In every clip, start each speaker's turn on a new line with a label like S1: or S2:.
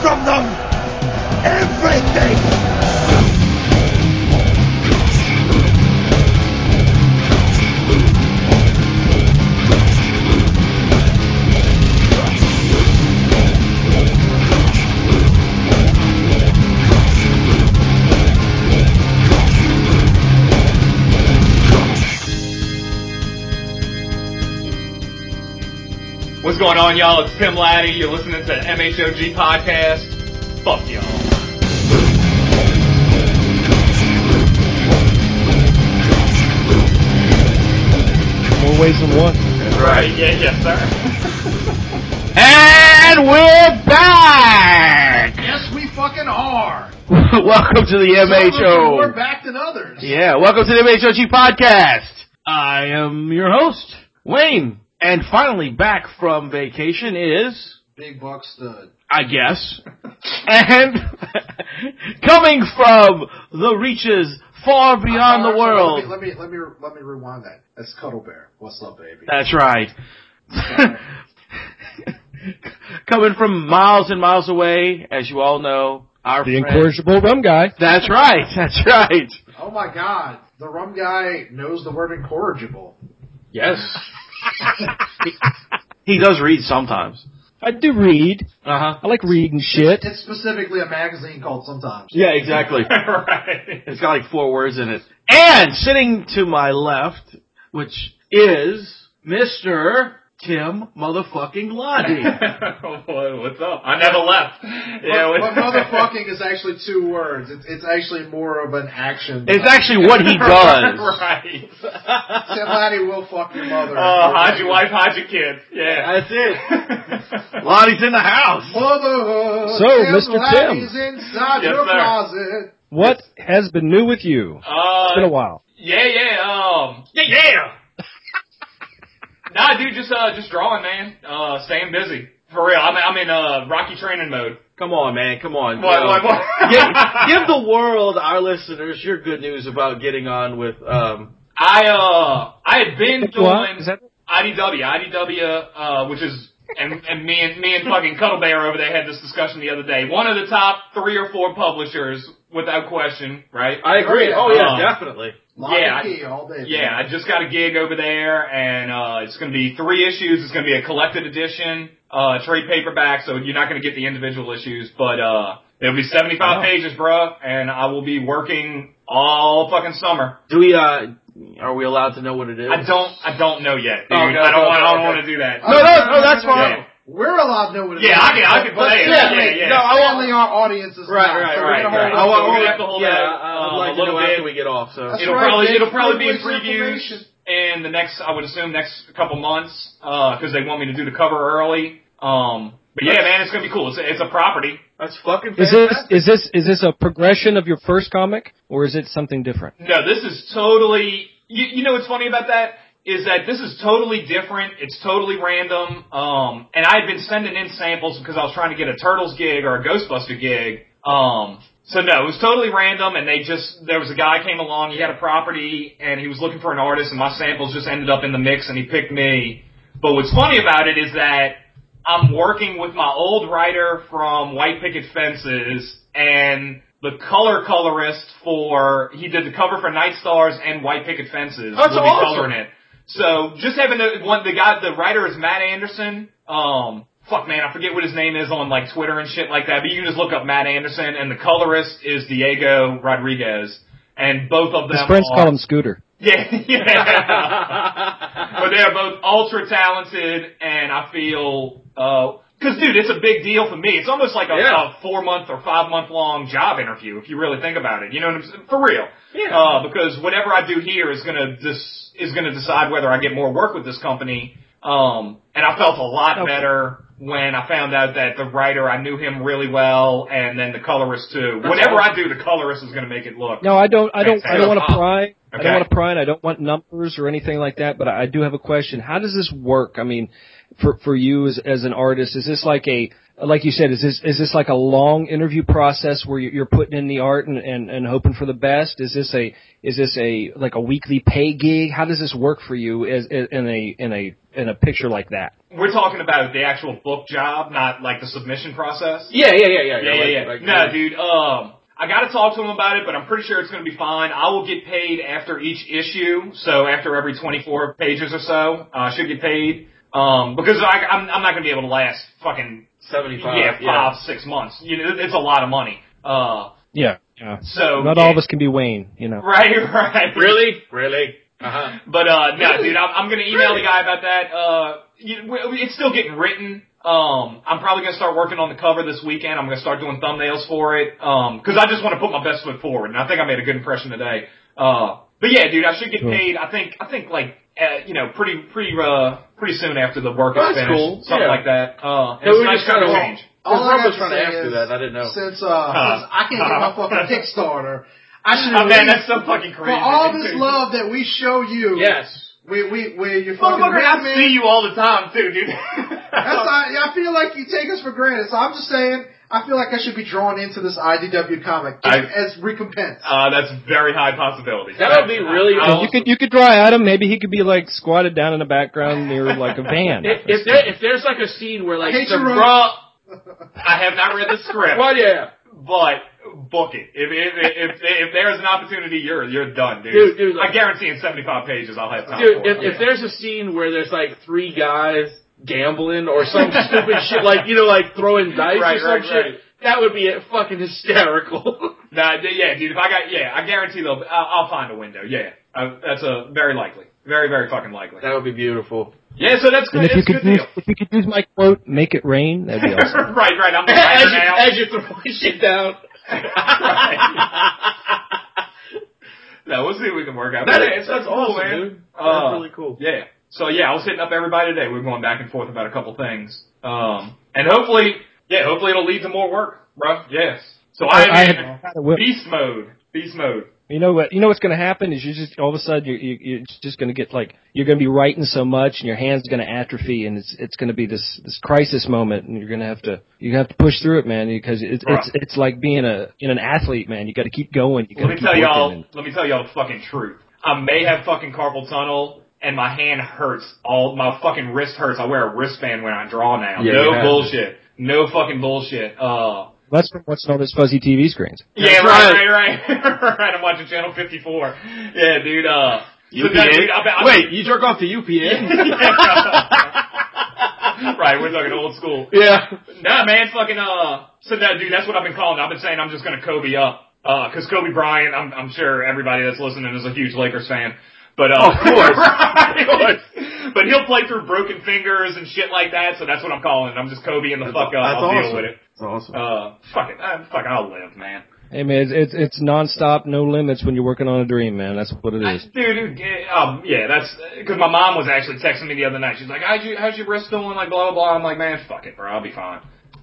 S1: from them everything.
S2: What's going on, y'all? It's Tim Laddie. You're listening to MHOG Podcast. Fuck y'all.
S3: More ways than one.
S2: That's right. Yeah, yes, sir.
S3: And we're back!
S4: Yes, we fucking are.
S3: welcome to the
S4: Some of us are More
S3: MHO.
S4: back than others.
S3: Yeah, welcome to the MHOG podcast. I am your host, Wayne. And finally back from vacation is,
S4: Big buck stud.
S3: I guess, and coming from the reaches far beyond the world.
S4: Let me let me let me, let me rewind that. That's Cuddle Bear. What's up, baby?
S3: That's right. Coming from miles and miles away, as you all know, our
S5: The
S3: friend-
S5: incorrigible rum guy.
S3: That's right. That's right.
S4: Oh my God, the rum guy knows the word incorrigible.
S3: Yes. he does read sometimes.
S5: I do read.
S3: Uh huh.
S5: I like reading shit.
S4: It's specifically a magazine called Sometimes.
S3: Yeah, exactly.
S2: right.
S3: It's got like four words in it. And sitting to my left, which is Mr. Tim motherfucking Lottie.
S2: Boy, what's up? I never left. Yeah,
S4: But,
S2: what-
S4: but motherfucking is actually two words. It's, it's actually more of an action.
S3: it's actually what he does.
S2: right.
S4: somebody will fuck your mother.
S2: Oh, hide your wife, hide your kids. Yeah. Uh,
S3: That's it. Lottie's in the house.
S4: Motherhood.
S5: So,
S4: Tim's
S5: Mr.
S4: laddie
S5: Tim.
S4: is inside
S2: Yes,
S4: your
S2: sir.
S4: closet.
S5: What has been new with you? It's been a
S2: uh,
S5: while.
S2: yeah, yeah, um, yeah, yeah. nah, dude, just, uh, just drawing, man. Uh, staying busy. For real. I'm, I'm in, uh, Rocky training mode.
S3: Come on, man. Come on.
S2: What, what,
S3: Come on.
S2: what?
S3: Gi- give the world, our listeners, your good news about getting on with. Um,
S2: I, uh, I had been doing
S5: What? Is that-
S2: IDW, IDW, uh, which is, and, and me and me and fucking Cuddle Bear over there had this discussion the other day. One of the top three or four publishers, without question, right?
S3: I agree. Oh yeah,
S2: Um,
S3: definitely.
S4: Lock and
S2: Yeah, I-
S4: key all day.
S2: Yeah, I just got a gig over there, and uh, it's going to be three issues. It's going to be a collected edition, uh, trade paperback, so you're not going to get the individual issues, but uh, it'll be 75
S5: Wow.
S2: pages, bruh, and I will be working all fucking summer.
S3: Do we? uh Are we allowed to know what it is?
S2: I don't, I don't know yet, dude.
S3: Oh, no,
S2: I don't
S3: no,
S2: want, I
S3: okay.
S2: don't want to do that.
S3: No, no, no, that's fine.
S2: Yeah.
S4: We're allowed to know what it
S2: Yeah,
S4: is.
S2: I can, I can
S4: But
S2: play it.
S3: yeah,
S2: Yeah, yeah.
S3: no, I want-
S4: Apparently our audience is
S3: Right,
S4: not,
S3: right,
S4: so we're
S3: right,
S4: gonna
S3: right. I
S4: hold on.
S2: I'll-
S3: want,
S2: So we're gonna have to hold
S3: yeah,
S2: out,
S3: I- I'd
S2: um, a
S3: like to know
S2: little bit.
S3: after we get off. So
S4: That's
S2: It'll
S4: right,
S2: probably
S4: Dave.
S2: it'll probably be in
S4: Quick information.
S2: previews in the next I would assume next couple months because they want me to do the cover early. Um, but yeah, man, it's gonna be cool. It's a, it's a property.
S3: that's fucking.
S5: Is
S3: Fantastic.
S5: this is this is this a progression of your first comic, or is it something different?
S2: No, this is totally. You, you know what's funny about that is that this is totally different. It's totally random. Um, and I had been sending in samples because I was trying to get a Turtles gig or a Ghostbuster gig. Um, so no, it was totally random. And they just there was a guy came along. He had a property and he was looking for an artist, and my samples just ended up in the mix, and he picked me. But what's funny about it is that I'm working with my old writer from White Picket Fences and the color colorist for he did the cover for Night Stars and White Picket Fences.
S3: That's
S2: will be
S3: awesome.
S2: coloring it. So just having the one the guy the writer is Matt Anderson. Um fuck man, I forget what his name is on like Twitter and shit like that, but you can just look up Matt Anderson and the colorist is Diego Rodriguez. And both of them
S5: His friends
S2: are,
S5: call him Scooter.
S2: Yeah, yeah. but they're both ultra talented, and I feel because, dude, it's a big deal for me. It's almost like a,
S3: Yeah.
S2: a four month or five month long job interview, if you really think about it. You know what I'm saying? For real.
S3: Yeah.
S2: Uh, because whatever I do here is gonna this is gonna decide whether I get more work with this company. Um, and I felt a lot
S5: Okay.
S2: better when I found out that the writer I knew him really well, and then the colorist too. Whatever I do, the colorist is gonna make it look.
S5: No, I don't. I don't. I don't want
S2: Okay.
S5: to pry. I
S2: Okay.
S5: don't want to pry, and I don't want numbers or anything like that. But I I do have a question. How does this work? I mean, for for you as as an artist, is this like a like you said, is this is this like a long interview process where you- you're putting in the art and, and, and hoping for the best? Is this a is this a like a weekly pay gig? How does this work for you as in a in a in a picture like that.
S2: We're talking about the actual book job, not like the submission process.
S6: Yeah, yeah, yeah, yeah,
S2: Yeah, yeah,
S6: like-
S2: yeah.
S6: like-
S2: no, dude. Um, I got to talk to him about it, but I'm pretty sure it's going to be fine. I will get paid after each issue, so after every 24 pages or so, uh, I should get paid. Um, because I, I'm, I'm not going to be able to last fucking
S6: 75.
S2: yeah five six months. You know, it's a lot of money. Uh,
S5: Yeah. Yeah.
S2: so
S5: Not all of us can be Wayne, you know.
S2: Right, right.
S6: Really?
S4: Really? Uh-huh.
S2: But uh, no, dude, I'm, I'm gonna email the guy about that. Uh, you, we- it's still getting written. Um, I'm probably gonna start working on the cover this weekend. I'm gonna start doing thumbnails for it. Um 'cause I just want to put my best foot forward, and I think I made a good impression today. Uh, but yeah, dude, I should get
S5: Cool.
S2: paid. I think, I think like, uh, you know, pretty, pretty, uh, pretty soon after the work
S6: Well,
S2: is
S6: that's
S2: finished,
S6: cool.
S2: something
S6: Yeah.
S2: like that. Uh,
S6: No,
S2: it's
S6: we
S2: nice
S6: just
S2: kind of
S6: kinda-
S2: change.
S4: All
S3: There's
S4: I
S3: Robo
S4: gotta
S3: trying
S4: say
S3: to ask you
S4: is-
S3: that. I didn't know.
S4: Since, uh, since I can't get my fucking Kickstarter, I should
S2: Oh,
S4: have
S2: man, that's so fucking
S4: For
S2: crazy.
S4: all this love that we show you,
S3: Yes.
S4: we, we, we, you're fucking
S2: Motherfucker, I
S4: man.
S2: see you all the time too, dude.
S4: That's I, I feel like you take us for granted. So I'm just saying, I feel like I should be drawn into this IDW comic
S3: I-
S4: as recompense.
S2: Uh, that's very high possibility. Uh,
S3: That would be really
S2: I- I-
S3: awesome.
S5: You could you could draw Adam. Maybe he could be like squatted down in the background near like a van.
S3: If, if, there, if there's like a scene where like
S4: Hate
S3: some
S4: your room.
S3: raw,
S2: I have not read the script,
S3: well, yeah,
S2: but book it. If if if, if there's an opportunity, you're you're done, dude.
S3: Dude, dude, like-
S2: I guarantee in 75 pages I'll have time.
S3: dude,
S2: for
S3: if,
S2: it.
S3: if there's a scene where there's like three guys gambling or some stupid shit, like you know, like throwing dice
S2: Right,
S3: or some
S2: right,
S3: shit,
S2: right.
S3: that would be it, fucking hysterical.
S2: nah, d- yeah, dude. If I got yeah, I guarantee they'll. I'll, I'll find a window. Yeah, I, that's a very likely, very very fucking likely.
S3: that would be beautiful.
S2: Yeah, so that's
S5: and
S2: good.
S5: if
S2: That's
S5: you
S2: a
S5: could
S2: good
S5: use,
S2: deal.
S5: if you could use my quote, make it rain, that'd be awesome.
S2: right, right. I'm the
S3: as,
S2: writer
S3: you,
S2: now.
S3: as you're throwing shit down.
S2: no, we'll see what we can work out.
S3: That
S2: But yeah, it's-
S3: is- that's
S2: cool,
S3: awesome,
S2: man.
S3: dude.
S2: Uh,
S3: That's really cool.
S2: Yeah. So yeah, I was hitting up everybody today. We were going back and forth about a couple things. Um, and hopefully, yeah, hopefully it'll lead to more work, bro. Yes. So I,
S5: I-
S2: am
S5: I-
S2: in beast mode. Beast mode.
S5: You know what? You know what's going to happen is you just all of a sudden you're you, you're just going to get like you're going to be writing so much and your hands going to atrophy and it's it's going to be this this crisis moment and you're going to have to you have to push through it, man, because it's
S2: Right.
S5: it's it's like being a in an athlete, man. You got to keep going. You got
S2: Let
S5: to
S2: me
S5: keep
S2: tell
S5: working.
S2: y'all.
S5: and-
S2: Let me tell y'all the fucking truth. I may have fucking carpal tunnel, and my hand hurts. All my fucking wrist hurts. I wear a wristband when I draw now.
S3: Yeah, you
S2: no
S3: have.
S2: bullshit. No fucking bullshit. Uh,
S5: That's from what's known as fuzzy TV screens.
S2: Yeah,
S3: That's
S2: right, right, right, right. I'm watching Channel 54. Yeah, dude. Uh, so no, dude, I, I,
S6: Wait, you jerk off to UPN?
S2: Yeah. right, we're talking old school.
S3: Yeah.
S2: Nah, man, fucking. Uh, so no, dude, that's what I've been calling. I've been saying I'm just gonna Kobe up. Uh, cause Kobe Bryant, I'm, I'm sure everybody that's listening is a huge Lakers fan. But,
S4: Oh,
S2: uh,
S3: Of course.
S2: right.
S3: Of course.
S2: but he'll play through broken fingers and shit like that, so that's what I'm calling it. I'm just Kobe and the fuck up.
S4: that's
S2: I'll deal
S4: awesome.
S2: with it.
S4: That's awesome.
S2: Uh, fuck it. Uh, fuck, I'll live, man.
S5: Hey man, it's it's, it's nonstop, no limits when you're working on a dream, man. That's what it
S2: I-
S5: is.
S2: Dude, dude, eh, um, yeah, that's because my mom was actually texting me the other night. She's like, "How's your how's your wrist doing?" Like blah blah blah. I'm like, "Man, fuck it, bro. I'll be fine."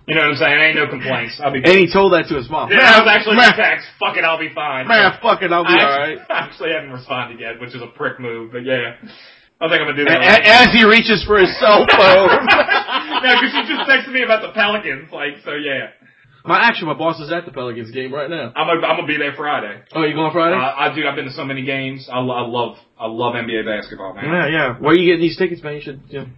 S2: You know what I'm saying? Ain't no complaints. I'll be.
S6: and he told that to his mom.
S2: yeah, I was actually
S6: Man.
S2: in text. Fuck it, I'll be fine.
S6: Man, fuck it, I'll be
S2: I
S6: alright.
S2: actually, I actually haven't responded yet, which is a prick move, but yeah, I think I'm gonna
S6: A-
S2: do that.
S6: a- As he reaches for his cell phone.
S2: no, because she just texted me about the Pelicans. Like, so yeah,
S6: my actually, my boss is at the Pelicans game right now.
S2: I'm gonna, I'm gonna be there Friday. Uh,
S6: Oh, you going
S3: Uh,
S6: Friday?
S2: I, I dude, I've been to so many games. I, lo- I love I love NBA basketball, man.
S6: yeah, yeah. Where are you getting these tickets, man? You should. You, know,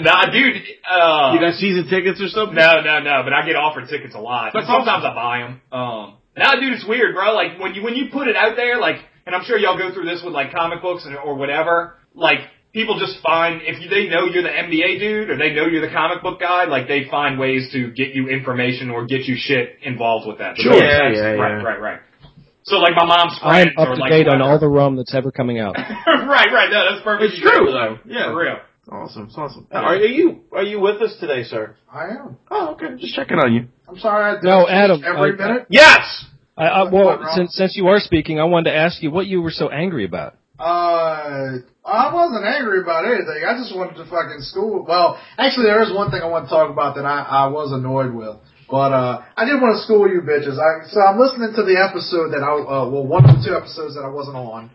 S2: Nah, dude. Uh,
S6: you got season tickets or something?
S2: No, no, no. But I get offered tickets a lot. But
S6: That's
S2: sometimes I buy them. Um, now, dude, it's weird, bro. Like when you when you put it out there, like, and I'm sure y'all go through this with like comic books and, or whatever. Like people just find if you, they know you're the NBA dude or they know you're the comic book guy, like they find ways to get you information or get you shit involved with that. Does that
S6: Sure.
S2: make
S6: Yeah,
S2: sense?
S6: yeah,
S2: right,
S6: yeah.
S2: right, right. So like my mom's
S5: I am
S2: friends
S5: up
S2: or
S5: to
S2: like
S5: date on
S2: whatever.
S5: all the rum that's ever coming out.
S2: right, right. No, that's perfect.
S3: It's true, though.
S6: Yeah.
S2: For real.
S6: Awesome. It's awesome.
S3: Are, are you are you with us today, sir?
S4: I am.
S6: Oh, okay. Just checking on you.
S4: I'm sorry. I
S5: No,
S4: ditched
S5: Adam,
S4: Every
S5: I-
S4: minute.
S6: Yes.
S5: I, I,
S4: What-
S5: well,
S4: what wrong?
S5: since since you are speaking, I wanted to ask you what you were so angry about.
S4: Uh, I wasn't angry about anything. I just wanted to fucking school. Well, actually, there is one thing I want to talk about that I, I was annoyed with. But uh, I did want to school you bitches. I, so I'm listening to the episode that I, uh, well, one of the two episodes that I wasn't on.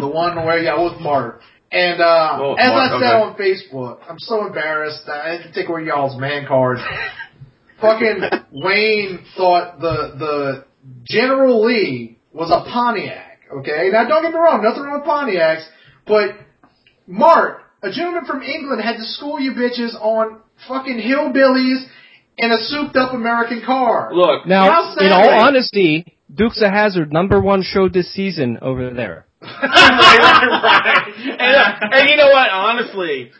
S4: the one where, yeah, with Mark. And uh,
S6: Oh,
S4: as
S6: Mark,
S4: I said
S6: okay.
S4: on Facebook, I'm so embarrassed. that I didn't take away y'all's man card. fucking Wayne thought the the General Lee was a Pontiac. Okay, now don't get me wrong, nothing wrong with Pontiacs, but Mark A gentleman from England had to school you bitches on fucking hillbillies in a souped up American car.
S3: Look,
S4: How
S5: Now,
S4: sad
S5: in all
S4: is it?
S5: honesty, Dukes of Hazard number one show this season over there.
S3: right, right, right. And, uh, and you know what? Honestly,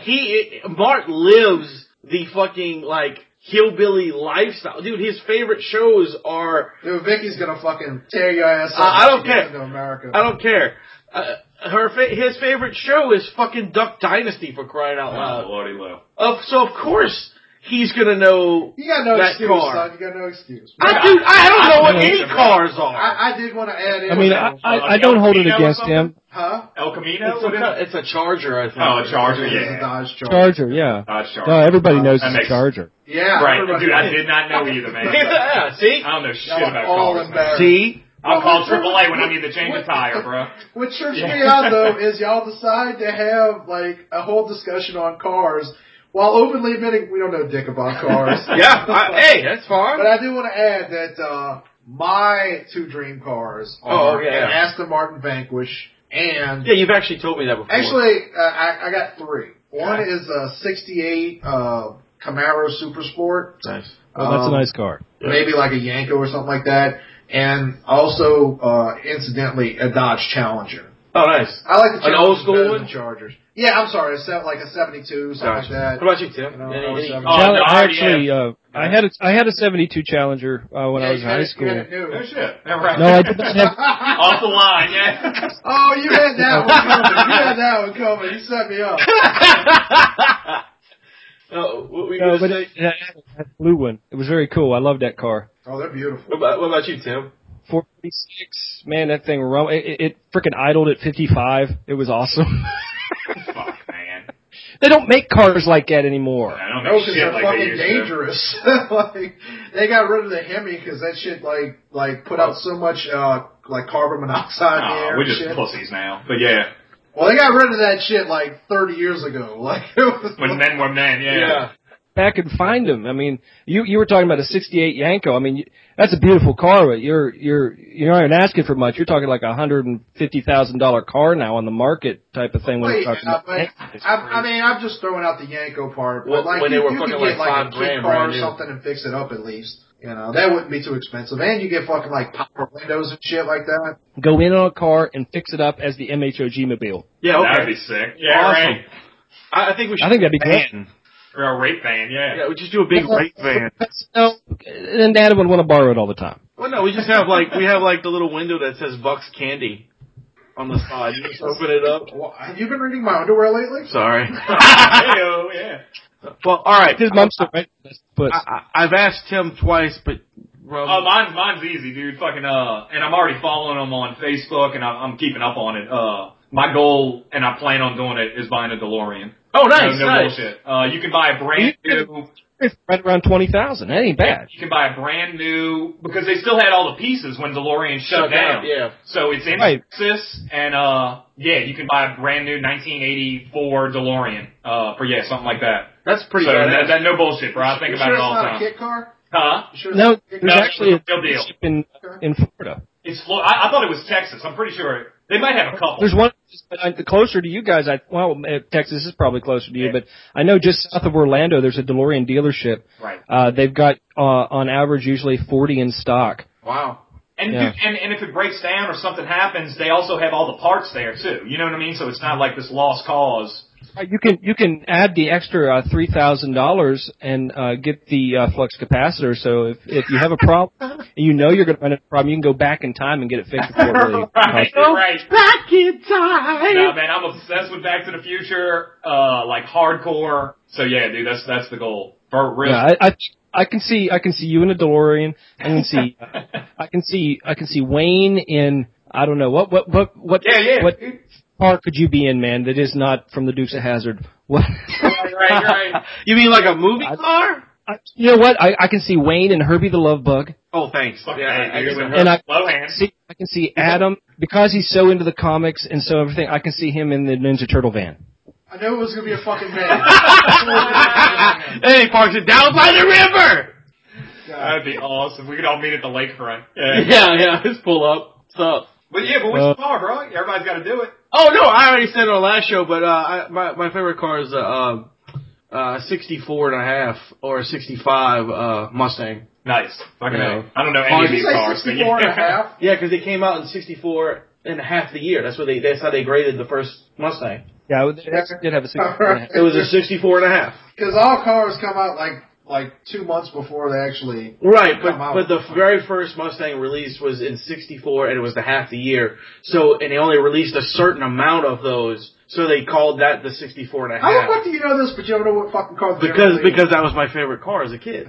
S3: he Bart lives the fucking like hillbilly lifestyle, dude. His favorite shows are
S4: Dude, Vicky's gonna fucking tear your ass up.
S3: I- I don't
S4: when she gets
S3: care.
S4: into America.
S3: I don't care. Uh, her fa- his favorite show is fucking Duck Dynasty for crying out
S2: Oh,
S3: loud.
S2: lordy low.
S3: Of so of course he's gonna know.
S4: you got no
S3: That
S4: excuse,
S3: car.
S4: son. You got no excuse.
S3: I do. I don't know what
S5: I-
S3: any cars are.
S4: I, I did want to add in.
S5: I mean, I, I, I don't hold it against him.
S4: huh?
S2: El Camino?
S3: It's
S2: What is
S3: a,
S2: it?
S3: it's a Charger, I think.
S2: Oh, a Charger,
S4: It's a
S2: yeah.
S4: Dodge Charger.
S5: Charger, yeah.
S2: Dodge Charger.
S5: No, everybody knows
S2: Uh, That
S5: it's
S2: makes-
S5: a Charger.
S4: Yeah,
S2: Right,
S4: everybody
S2: dude, I
S4: did.
S2: did not know either, man.
S3: yeah, see,
S2: I don't know shit
S4: Y'all are
S2: about
S4: all
S2: cars, man.
S4: embarrassed.
S3: see,
S2: I'll call AAA when I need to change a tire, bro.
S4: What trips me
S2: Yeah.
S4: out though is y'all decide to have like a whole discussion on cars while openly admitting we don't know dick about cars.
S3: yeah. I, hey, that's
S4: But
S3: fine.
S4: I do want to add that uh, my two dream cars
S3: Oh,
S4: are
S3: okay.
S4: an Aston Martin Vanquish and
S3: Yeah, you've actually told me that before.
S4: actually uh, I, I got three. One
S2: Okay.
S4: is a '68 uh, Camaro Super Sport,
S3: Oh, nice.
S5: Well, that's
S4: Um,
S5: a nice car.
S4: maybe like a Yanko or something like that, and also uh, incidentally a Dodge Challenger.
S3: Oh, nice.
S4: I like the
S3: An
S4: Chargers
S3: old school
S4: better
S3: one?
S4: than Chargers. Yeah, I'm sorry, a sev- like a '72, something
S3: Gotcha.
S4: like that.
S3: What about you, Tim?
S4: You know,
S3: Any-
S4: I was
S3: any-
S4: having-
S2: Oh,
S5: Chal-
S2: no, I
S5: I
S2: already
S5: actually, uh, I had a, I had a '72 Challenger uh, when
S4: Yeah,
S5: I
S4: you had
S5: was in high
S4: it- you
S5: school.
S4: had it new.
S2: No shit. Yeah, right.
S5: No, I did not have.
S4: uh,
S2: Off the line, yeah.
S4: Oh, you had that one coming. You had that one coming. You set me up.
S3: No, Oh, what were you
S5: No,
S3: gonna
S5: but
S3: say?
S5: it, it had a blue one. It was very cool. I loved that car.
S4: Oh, they're beautiful.
S3: What about, what about you, Tim?
S5: 46. Man, that thing rum. It, it, it freaking idled at 55. It was awesome.
S2: Fuck, man.
S5: they don't make cars like that anymore.
S2: I don't
S4: No,
S2: make shit
S4: because they're
S2: like they
S4: fucking
S2: used to.
S4: dangerous. like they got rid of the Hemi because that shit like like put out so much uh like carbon monoxide in the
S2: Aw,
S4: air
S2: we're
S4: and
S2: just
S4: shit.
S2: pussies now. But yeah,
S4: Well, they got rid of that shit like 30 years ago. Like it was.
S2: when men were men, yeah.
S5: Back and find them. I mean, you you were talking about a '68 Yanko. I mean, you- that's a beautiful car, but you're you're you're not even asking for much. You're talking like a hundred and fifty thousand dollar car now on the market type of thing. When
S4: Wait,
S5: we're talking
S4: uh,
S5: about
S4: but
S5: Yankees.
S4: I, I mean, I'm just throwing out the Yanko part. But
S3: Well,
S4: like,
S3: when
S4: you,
S3: they were
S4: you
S3: fucking,
S4: could
S3: like,
S4: get like
S3: five
S4: a kid
S3: grand
S4: car
S3: brand
S4: or
S3: new.
S4: something and fix it up at least. You know, that wouldn't be too expensive, and you get fucking like power windows and shit like that.
S5: go in on a car and fix it up as the MHOG mobile.
S3: Yeah,
S2: That would
S3: okay.
S2: be sick. Yeah,
S3: Awesome.
S2: right.
S3: I, I think we should.
S5: I think that'd be great.
S2: Or a rape van, yeah.
S3: yeah, we just do a big rape van.
S5: No, and Dad would want to borrow it all the time.
S3: Well, no, we just have like we have like the little window that says Bucks Candy on the side. You just open it up.
S4: Well, have you been reading my underwear lately?
S3: Sorry.
S2: Heyo, yeah.
S3: well, all right.
S5: His mom's still right. But
S3: I, I, I've asked Tim twice, but
S2: Oh,
S4: Um,
S3: well,
S2: mine's mine's easy, dude. Fucking uh, and I'm already following them on Facebook, and I'm, I'm keeping up on it. Uh, my goal, and I plan on doing it, is buying a DeLorean.
S3: oh, nice,
S2: no, no
S3: nice.
S2: bullshit. Uh, you can buy a brand
S5: You can-
S2: new.
S5: it's right around twenty thousand. That ain't bad.
S2: You can buy a brand new because they still had all the pieces when DeLorean shut,
S3: Shut
S2: down.
S3: down, yeah.
S2: So it's in
S5: Right.
S2: Texas, and uh, yeah, you can buy a brand new 1984 DeLorean. Uh, for yeah, something like that.
S3: That's pretty
S2: so that,
S3: badass.
S2: that no bullshit, bro. I think
S4: you
S2: about
S4: sure
S2: it all the
S4: it's not
S2: time.
S4: a kit car?
S2: Huh?
S4: You sure it's
S5: No,
S4: not a kid
S5: there's
S4: car?
S5: actually a
S2: real deal.
S5: dealership in in Florida.
S2: It's Florida. I, I thought it was Texas. I'm pretty sure they might have a couple.
S5: There's one but I- closer to you guys. I well, eh, Texas is probably closer to you,
S2: Yeah.
S5: but I know just south of Orlando, there's a DeLorean dealership.
S2: right.
S5: Uh, they've got uh, on average usually forty in stock.
S3: wow.
S2: And,
S5: Yeah.
S2: dude, and and if it breaks down or something happens, they also have all the parts there too. You know what I mean? So it's not like this lost cause.
S5: Uh, You can you can add the extra uh, three thousand dollars and uh, get the uh, flux capacitor. So if if you have a problem and you know you're going to run into a problem, you can go back in time and get it fixed before it really.
S2: Right,
S5: costs.
S2: right.
S3: Back in time.
S2: Nah, man, I'm obsessed with Back to the Future, uh, like hardcore. So yeah, dude, that's that's the goal for real.
S5: Yeah, I, I I can see I can see you in a DeLorean. I can see I can see I can see Wayne in I don't know what what what what
S2: yeah, yeah.
S5: what
S2: dude.
S5: car could you be in, man? That is not from the Dukes of Hazard. What?
S2: Right, right, right.
S3: You mean like a movie
S5: I-
S3: car?
S5: I- you know what? I, I can see Wayne and Herbie the Love Bug.
S3: Oh, thanks.
S2: Fuck
S3: yeah,
S2: that,
S3: I, I
S2: dude.
S3: guess it
S5: And I-
S2: Lohan.
S5: See, I can see Adam because he's so into the comics and so everything. I can see him in the Ninja Turtle van.
S4: I knew it was gonna be a fucking van.
S3: hurt. and he parks it down by the river.
S2: That'd be awesome. We could all meet at the lakefront. Yeah.
S3: Yeah, yeah. Just pull up. What's up?
S2: But yeah, but what's
S5: Uh,
S2: the car, bro? Everybody's got to do it.
S3: Oh no, I already said it on the last show, but uh, I, my my favorite car is a uh, uh, 64 and a half or a 65 uh, Mustang.
S2: Nice. Fucking
S3: Yeah.
S2: hell. I don't know any
S3: Oh,
S2: of
S3: did
S4: Did you
S2: these
S4: say
S2: cars. but
S4: 64 and a half?
S3: Yeah, because they came out in 64 and a half the year. That's what they. That's how they graded the first Mustang.
S5: Yeah, I would- it actually did have a six. yeah.
S3: It was a 64 and a half.
S4: Because all cars come out like like two months before they actually.
S3: Right, but
S4: Come out.
S3: but the very first Mustang release was in '64, and it was the half the year. So, and they only released a certain amount of those, so they called that the '64 and a
S4: How the
S3: half
S4: fuck do you know this, but you don't know what fucking car? the
S3: because
S4: General Lee is?
S3: because that was my favorite car as a kid.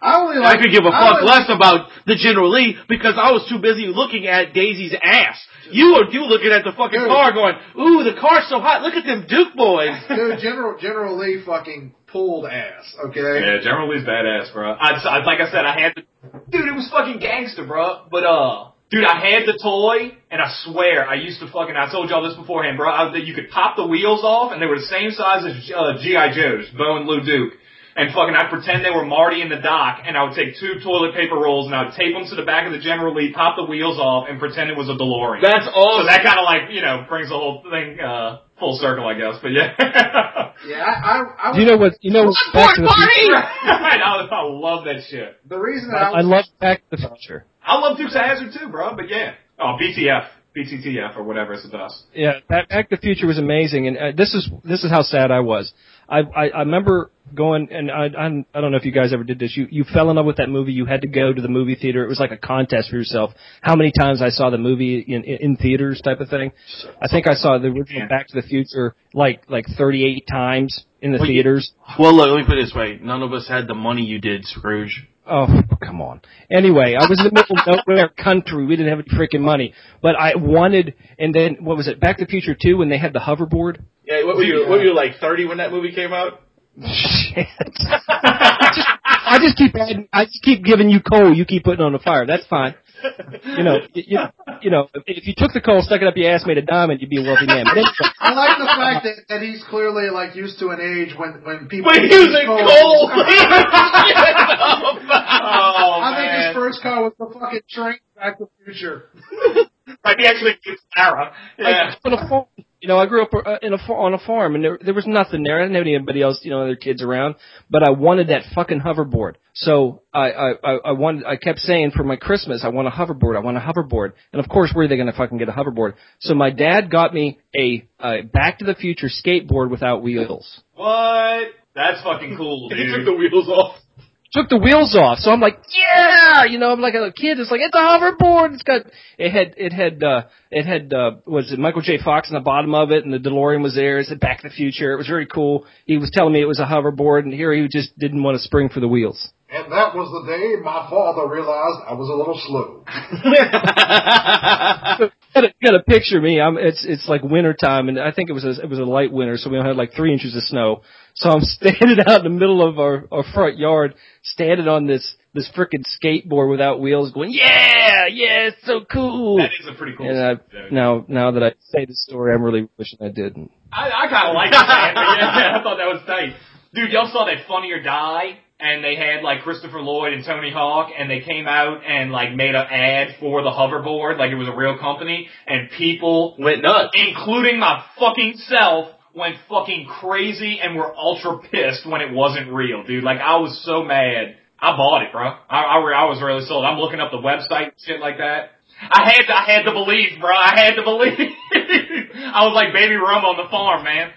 S4: I only
S3: I
S4: like
S3: could give a
S4: I
S3: fuck
S4: only-
S3: less about the General Lee because I was too busy looking at Daisy's ass. You were you looking at the fucking
S4: Dude.
S3: car, going, "Ooh, the car's so hot! Look at them Duke boys."
S4: Dude, General General Lee fucking pulled ass. Okay.
S2: Yeah, General Lee's badass, bro. I, I, like I said, I had the dude. It was fucking gangster, bro. But uh, dude, I had the toy, and I swear, I used to fucking. I told y'all this beforehand, bro. I, that you could pop the wheels off, and they were the same size as uh, GI Joes, Bo and Lou Duke. And fucking, I'd pretend they were Marty in the dock, and I would take two toilet paper rolls, and I would tape them to the back of the General Lee, pop the wheels off, and pretend it was a DeLorean.
S3: That's
S2: so
S3: awesome.
S2: that kind of like you know brings the whole thing uh full circle, I guess. But yeah.
S4: Yeah, I, I, I was,
S5: You know what? You know Back to the Future.
S2: Right, I, I love that shit.
S4: the reason
S5: I,
S4: I, was,
S5: I love Back to the Future.
S2: I love Dukes of Hazard too, bro. But yeah, oh BTF, BTTF or whatever is the best.
S5: Yeah, that Back to the Future was amazing, and uh, this is this is how sad I was. I I, I remember going, and I, I I don't know if you guys ever did this. You you fell in love with that movie. You had to go to the movie theater. It was like a contest for yourself. How many times I saw the movie in in, in theaters type of thing. I think I saw the original
S2: Yeah.
S5: Back to the Future like like 38 times in the
S3: Well, you-
S5: theaters.
S3: Well, look, let me put it this way: none of us had the money you did, Scrooge.
S5: Oh, come on. Anyway, I was in the middle of nowhere country. We didn't have any freaking money. But I wanted, and then, what was it, Back to the Future 2 when they had the hoverboard?
S3: Yeah, what were you? What were you like thirty when that movie came out?
S5: Shit. I, just, I just keep adding, I just keep giving you coal. You keep putting on the fire. That's fine. You know, you, you know, if you took the coal, stuck it up your ass, made a diamond, you'd be a wealthy man. But anyway,
S4: I like the fact that, that he's clearly like used to an age when when people
S3: When he was in coal.
S2: Oh
S4: I think his
S2: man,
S4: first car was the fucking train Back to the Future.
S2: like he actually gets Sarah. Yeah.
S5: I grew up on a farm. You know, I grew up uh, in a far- on a farm, and there there was nothing there. I didn't have anybody else, you know, other kids around. But I wanted that fucking hoverboard. So I I I I wanted. I kept saying for my Christmas, I want a hoverboard. I want a hoverboard. And of course, where are they going to fucking get a hoverboard? So my dad got me a, a Back to the Future skateboard without wheels.
S2: What? That's fucking cool,
S3: He took
S2: dude.
S3: the wheels off.
S5: took the wheels off. So I'm like, yeah, you know, I'm like a kid. It's like it's a hoverboard. It's got it had it had uh it had uh was it Michael J. Fox in the bottom of it, and the DeLorean was there. It said Back to the Future. It was very cool. He was telling me it was a hoverboard, and here he just didn't want to spring for the wheels.
S4: And that was the day my father realized I was a little slow.
S5: You gotta, you gotta picture me. I'm it's it's like winter time, and I think it was a, it was a light winter, so we only had like three inches of snow. So I'm standing out in the middle of our our front yard, standing on this this frickin' skateboard without wheels, going yeah yeah, it's so cool.
S2: That is a pretty cool.
S5: And I,
S2: dude.
S5: now, now that I say the story, I'm really wishing I didn't.
S2: I, I kind of like that. but yeah, I thought that was tight. Dude, y'all saw that Funny or Die, and they had like Christopher Lloyd and Tony Hawk, and they came out and like made an ad for the hoverboard, like it was a real company, and people,
S3: Went nuts.
S2: including my fucking self, went fucking crazy and were ultra pissed when it wasn't real, dude. Like I was so mad. I bought it, bro. I, I, re- I was really sold. I'm looking up the website, and shit like that. I had to, I had to believe, bro. I had to believe. I was like baby rum on the farm, man.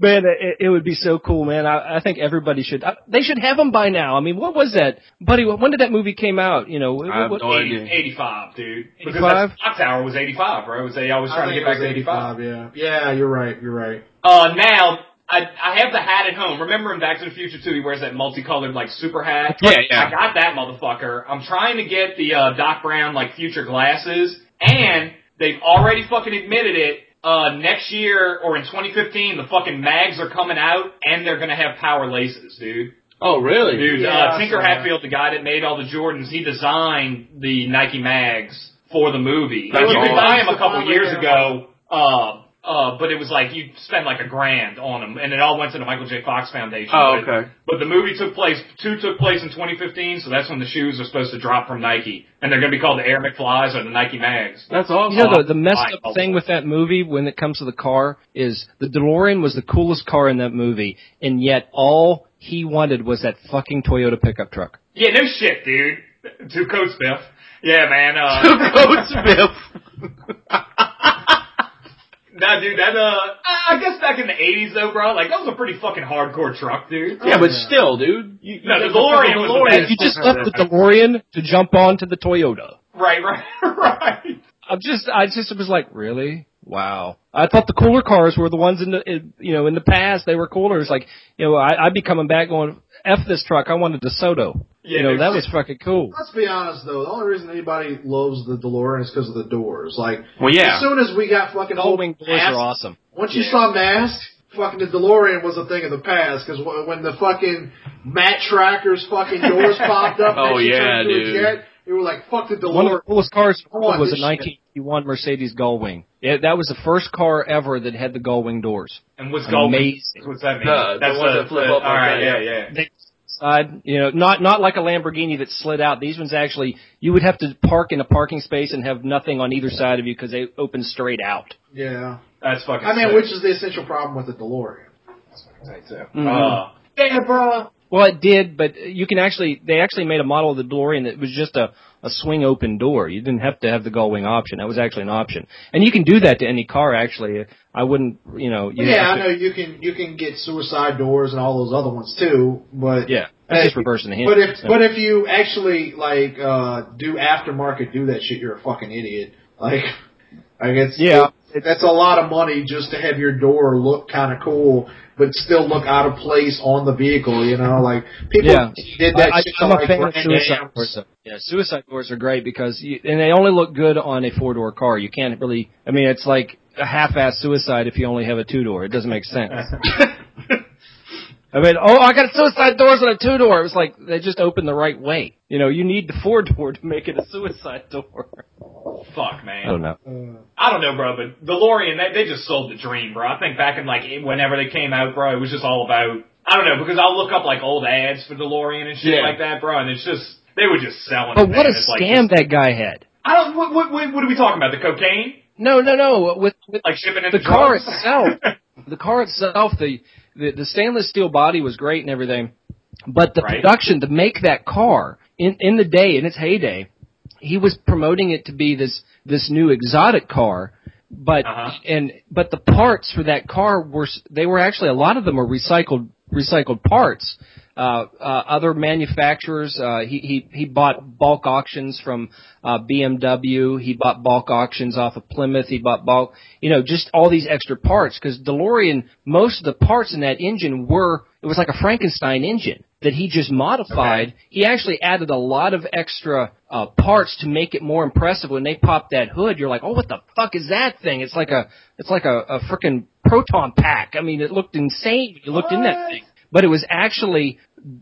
S5: Man, it, it would be so cool, man. I, I think everybody should. I, they should have them by now. I mean, what was that, buddy? When did that movie came out? You know, what,
S3: I have
S5: what-
S3: no idea.
S2: 80, 85, dude. Because
S5: 85?
S2: that clock tower was 85, bro. It was, I was trying to get back to 85.
S4: Yeah. Yeah, you're right. You're right.
S2: Uh, now, I, I have the hat at home. Remember in Back to the Future too, he wears that multicolored, like, super hat?
S3: Yeah, yeah.
S2: I got that motherfucker. I'm trying to get the, uh, Doc Brown, like, future glasses, and they've already fucking admitted it. Uh, next year, or in 2015, the fucking mags are coming out, and they're gonna have power laces, dude.
S3: Oh, really?
S2: Dude,
S4: Yeah,
S2: uh,
S4: I
S2: Tinker
S4: saw that.
S2: Hatfield, the guy that made all the Jordans, he designed the Nike mags for the movie.
S3: That's
S2: you could
S3: awesome.
S2: buy them a
S4: That's
S2: couple
S4: the
S2: years
S4: one
S2: ago. Uh, Uh, but it was like you spend like a grand on them, and it all went to the Michael J. Fox Foundation.
S3: Oh,
S2: But-
S3: okay.
S2: But the movie took place, two took place in 2015, so that's when the shoes are supposed to drop from Nike, and they're going to be called the Air McFlies or the Nike Mags.
S3: That's awesome.
S5: You know the, the messed
S2: I-
S5: up thing with that movie when it comes to the car is the DeLorean was the coolest car in that movie, and yet all he wanted was that fucking Toyota pickup truck.
S2: Yeah, no shit, dude. Two coats, Biff. Yeah, man. Uh,
S3: Coach Biff.
S2: nah, dude. That uh, I I guess back in the '80s though, bro. Like that was a pretty fucking hardcore truck, dude.
S3: yeah, but still, dude. You,
S2: Oh, No, DeLorean was the best.
S5: You just left the DeLorean to jump on to the Toyota.
S2: Right, right, right.
S5: I'm just, I just was like, really? Wow. I thought the cooler cars were the ones in the, in, you know, in the past they were cooler. It's like, you know, I, I'd be coming back going, f this truck. I want a DeSoto.
S2: Yeah,
S5: you know,
S2: no
S5: that
S2: shit.
S5: was fucking cool.
S4: Let's be honest though. The only reason anybody loves the DeLorean is because of the doors. Like,
S3: Well, yeah.
S4: as soon as we got fucking
S5: Gold wing doors
S4: Mask-
S5: are awesome.
S4: Once you
S2: Yeah.
S4: saw Mask, fucking the DeLorean was a thing of the past because when the fucking Matt Tracker's fucking doors popped up,
S3: Oh,
S4: and she
S3: yeah,
S4: turned into a
S3: dude.
S4: jet, you were like, fuck the
S5: One of the
S4: DeLorean.
S5: coolest cars in the world
S4: Oh,
S5: was a
S4: this shit.
S5: 1981 Mercedes Gullwing. Yeah, that was the first car ever that had the Gullwing doors.
S2: And what's
S5: Amazing.
S2: What's that mean?
S3: The- the ones that flip up
S2: All
S3: like
S2: right,
S3: that,
S2: yeah, yeah.
S5: They slide, you know, not not like a Lamborghini that slid out. These ones actually, you would have to park in a parking space and have nothing on either side of you because they open straight out.
S4: Yeah,
S2: That's fucking.
S4: I mean,
S2: sick.
S4: which is the essential problem with the DeLorean.
S5: Um,
S2: Uh,
S4: Damn, bro.
S5: Well, it did, but you can actually they actually made a model of the DeLorean that was just a a swing open door. You didn't have to have the gull wing option. That was actually an option, and you can do that to any car. Actually, I wouldn't, you know, you
S4: Yeah,
S5: have
S4: I
S5: to-
S4: know you can you can get suicide doors and all those other ones too, but
S5: yeah, that's
S4: Hey,
S5: just reversing the hand.
S4: But if but if you actually like uh do aftermarket do that shit, you're a fucking idiot. Like I guess
S5: Yeah.
S4: that's a lot of money just to have your door look kind of cool, but still look out of place on the vehicle. You know, like people
S5: Yeah.
S4: did that
S5: I,
S4: shit
S5: I, am
S4: to,
S5: a
S4: like,
S5: fan of
S4: Grand
S5: suicide
S4: Dams.
S5: doors. though. Yeah, suicide doors are great because you, and they only look good on a four door car. You can't really. I mean, it's like a half ass suicide if you only have a two door. It doesn't make sense. I mean, oh, I got suicide doors on a two door. It was like they just opened the right way. You know, you need the four door to make it a suicide door.
S2: fuck, man.
S5: I
S3: Oh,
S5: don't know.
S4: Uh,
S2: I don't know, bro, but DeLorean, they, they just sold the dream, bro. I think back in like whenever they came out, bro, it was just all about. I don't know because I'll look up like old ads for DeLorean and shit
S3: Yeah.
S2: like that, bro, and it's just they were just selling.
S5: But
S2: it,
S5: what a
S2: man. It's like
S5: scam
S2: just-
S5: that guy had.
S2: I don't. What, what, what, what are we talking about? The cocaine,
S5: No, no, no. With, with
S2: like shipping in
S5: the car
S2: drugs?
S5: itself, the car itself, the, the the stainless steel body was great and everything, but the
S2: Right.
S5: production to make that car in in the day in its heyday, he was promoting it to be this this new exotic car, but
S2: Uh-huh.
S5: and but the parts for that car were s- they were actually a lot of them were recycled recycled parts. Uh, uh, other manufacturers, uh, he, he, he bought bulk auctions from, uh, BMW. He bought bulk auctions off of Plymouth. He bought bulk, you know, just all these extra parts. Cause DeLorean, most of the parts in that engine were, it was like a Frankenstein engine that he just modified. He actually added a lot of extra, uh, parts to make it more impressive. When they pop that hood, you're like, oh, what the fuck is that thing? It's like a, it's like a, a frickin' proton pack. I mean, it looked insane when you looked in that thing but it was actually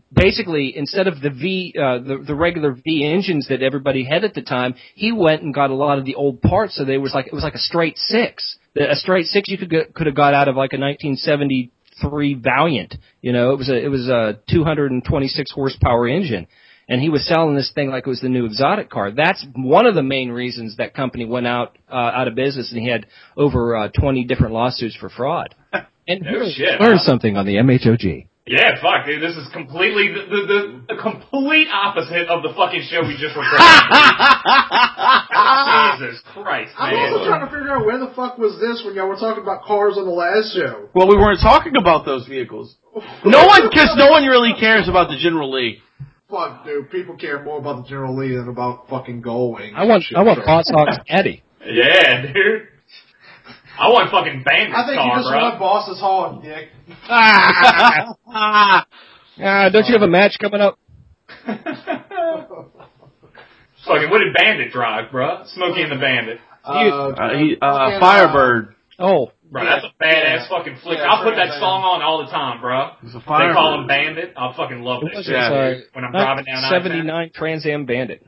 S5: basically instead of the V uh, the the regular V engines that everybody had at the time, he went and got a lot of the old parts. So they was like it was like a straight six, The- a straight six you could get, could have got out of like a 1973 Valiant. You know, it was a it was a 226 horsepower engine. And he was selling this thing like it was the new exotic car. That's one of the main reasons that company went out uh, out of business, and he had over uh, twenty different lawsuits for fraud. And
S2: No
S5: here,
S2: shit,
S5: learn
S2: huh?
S5: something on the MHOG.
S2: Yeah, fuck, dude. This is completely the, the, the, the complete opposite of the fucking show we just recorded. Jesus Christ,
S4: I'm
S2: man.
S4: also trying to figure out where the fuck was this when y'all were talking about cars on the last show.
S3: Well, we weren't talking about those vehicles. No one, because no one really cares about the General Lee.
S4: Fuck, dude. People care more about the General Lee than about fucking going.
S5: I want
S4: Shit,
S5: I want
S4: sure.
S5: Boss Hog's Eddie.
S2: Yeah, dude. I want fucking bandit
S4: I think you
S2: car,
S4: just
S2: bro.
S4: want Boss's Hog, dick.
S5: Ah, don't you have a match coming up?
S2: Fucking what did Bandit drive, bro? Smokey and the Bandit.
S3: Uh, he, uh,
S4: fucking,
S3: Firebird.
S5: Oh,
S2: Bro, that's a badass fucking flick.
S4: Yeah,
S2: I'll put
S4: sure,
S2: that
S4: man.
S2: song on all the time, bro.
S3: It was a
S2: They call him
S3: Firebird.
S2: Bandit. I fucking love
S5: it
S2: that
S5: was
S2: shit.
S3: Yeah.
S5: uh,
S2: When I'm driving down I-10.
S5: seventy nine Trans Am Bandit.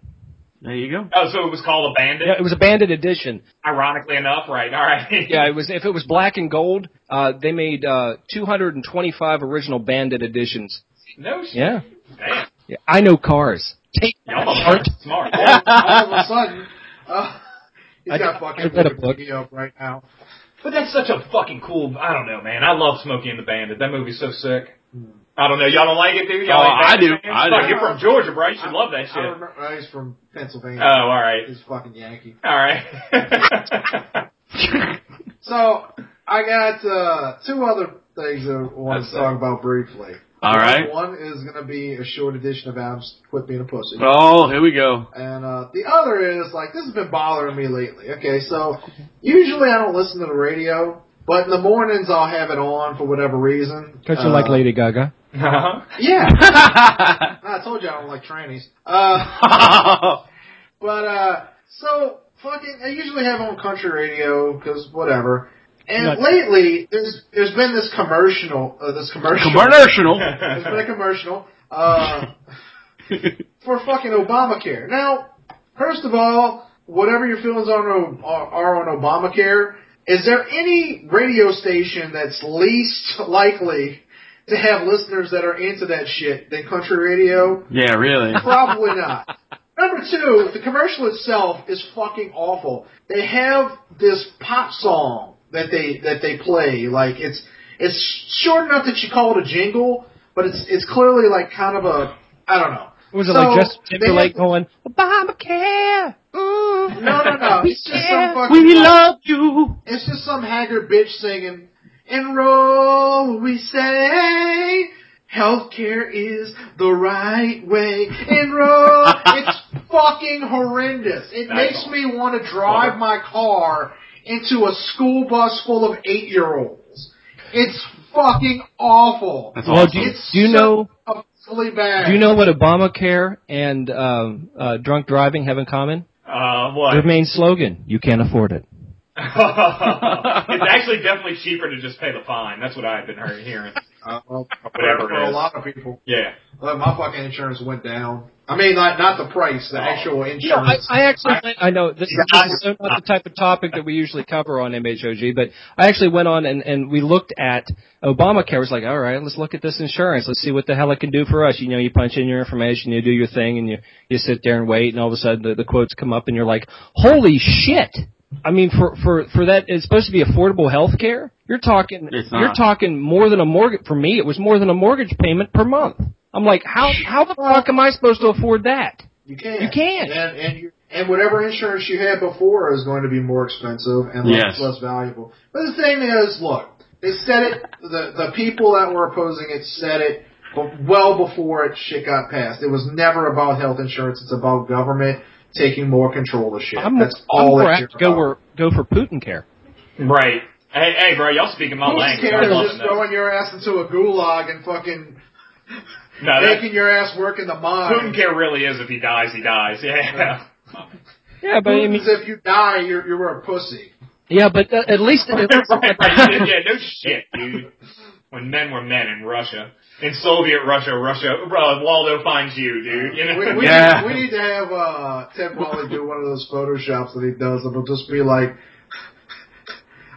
S6: There you go.
S2: Oh, so it was called Abandoned.
S5: Yeah, it was a banded edition.
S2: Ironically enough, right? All right.
S5: Yeah, it was. If it was black and gold, uh, they made uh, 225 original banded editions.
S2: No shit.
S5: Yeah.
S2: Damn.
S5: yeah. I know cars. Take
S2: Y'all
S5: that,
S2: are
S5: Art.
S2: smart.
S4: all, all of a sudden, uh, he's
S5: I-
S4: got
S5: I
S4: fucking
S5: read a book.
S4: Wikipedia up right now.
S2: But that's such a fucking cool. I don't know, man. I love Smokey and the Bandit. That movie's so sick. I don't know. Y'all don't like it, dude? Y'all
S6: Oh,
S2: like
S6: I do.
S2: Bandit fans?
S6: I do.
S2: Fuck, you're from Georgia, bro. You should love that
S4: I
S2: shit.
S4: remember uh, he's from Pennsylvania.
S2: Oh, all right.
S4: he's fucking Yankee.
S2: All right.
S4: So I got uh, two other things I want
S2: That's
S4: to talk about briefly.
S6: All right.
S4: One is going to be a short edition of Adam's Quit Being a Pussy.
S6: Oh, here we go.
S4: And uh, the other is like this has been bothering me lately. Okay, so usually I don't listen to the radio, but in the mornings I'll have it on for whatever reason.
S5: Because you
S4: Uh,
S5: like Lady Gaga.
S2: Uh-huh.
S4: Yeah,
S6: oh,
S4: I told you I don't like trannies. Uh, but uh, so fucking I usually have on country radio because whatever. And
S5: Not-
S4: lately there's there's been this commercial, uh, this commercial,
S6: commercial.
S4: there's been a commercial. Uh, for fucking Obamacare. Now, first of all, whatever your feelings are on, are on Obamacare, is there any radio station that's least likely to have listeners that are into that shit than country radio?
S6: yeah, really.
S4: Probably not. Number two, the commercial itself is fucking awful. They have this pop song that they that they play. Like it's it's short enough that you call it a jingle, but it's it's clearly like kind of a I don't know.
S5: Was it
S4: So,
S5: like Justin
S4: they
S5: Timberlake
S4: have-
S5: going Obamacare? Ooh.
S4: No, no, no. It's just some fucking.
S6: We love you.
S4: It's just some haggard bitch singing. Enroll, we say. Healthcare is the right way. Enroll. it's fucking horrendous. It
S2: Nice.
S4: makes me want to drive my car into a school bus full of eight year olds. It's fucking awful.
S6: That's
S5: Well,
S6: awesome.
S5: do you,
S4: It's
S5: do you
S4: so
S5: know?
S4: awfully bad.
S5: Do you know what Obamacare and um, uh, drunk driving have in common?
S2: Uh, what?
S5: Their main slogan: "You can't afford it."
S2: it's actually definitely cheaper to just pay the fine. That's what I've been hearing. hearing.
S4: Uh, well,
S2: Whatever
S4: for
S2: it
S4: a
S2: is.
S4: lot of people,
S2: Yeah.
S4: like, my fucking insurance went down. I mean, like not the price, the
S2: Oh.
S4: actual insurance.
S5: You know, I, I actually went, I know this,
S4: Yeah.
S5: this is so not the type of topic that we usually cover on MHOG, but I actually went on and, and we looked at Obamacare. I was like, all right, let's look at this insurance. Let's see what the hell it can do for us. You know, you punch in your information, you do your thing, and you you sit there and wait, and all of a sudden the, the quotes come up, and you're like, holy shit! I mean, for for for that, it's supposed to be affordable health care. You're talking,
S6: It's
S5: you're
S6: not.
S5: talking more than a mortgage. For me, it was more than a mortgage payment per month. I'm like, how how the fuck am I supposed to afford that?
S4: You can.
S5: You can.
S4: And and you and whatever insurance you had before is going to be more expensive and less,
S6: Yes.
S4: less valuable. But the thing is, look, they said it. The the people that were opposing it said it be- well before it shit got passed. It was never about health insurance. It's about government taking more control of shit.
S5: I'm,
S4: That's
S5: I'm
S4: all
S5: more
S4: it's
S5: apt to go for go for Putin care.
S2: Right. Hey, hey, bro, y'all speaking my language. I'm loving
S4: just
S2: this.
S4: throwing your ass into a gulag and fucking
S2: No, that,
S4: making your ass work in the mine.
S2: Putin care really is. If he dies, he dies. Yeah.
S5: Yeah, but I mean,
S4: Putin's if you die, you're you're a pussy.
S5: yeah, but uh, at least at least-
S2: right, right. Yeah, no shit, dude. When men were men in Russia, in Soviet Russia, Russia, bro, Waldo finds you, dude. You know?
S4: We, we,
S6: Yeah.
S4: need, we need to have uh, Ted Polly do one of those photoshops that he does. It'll just be like,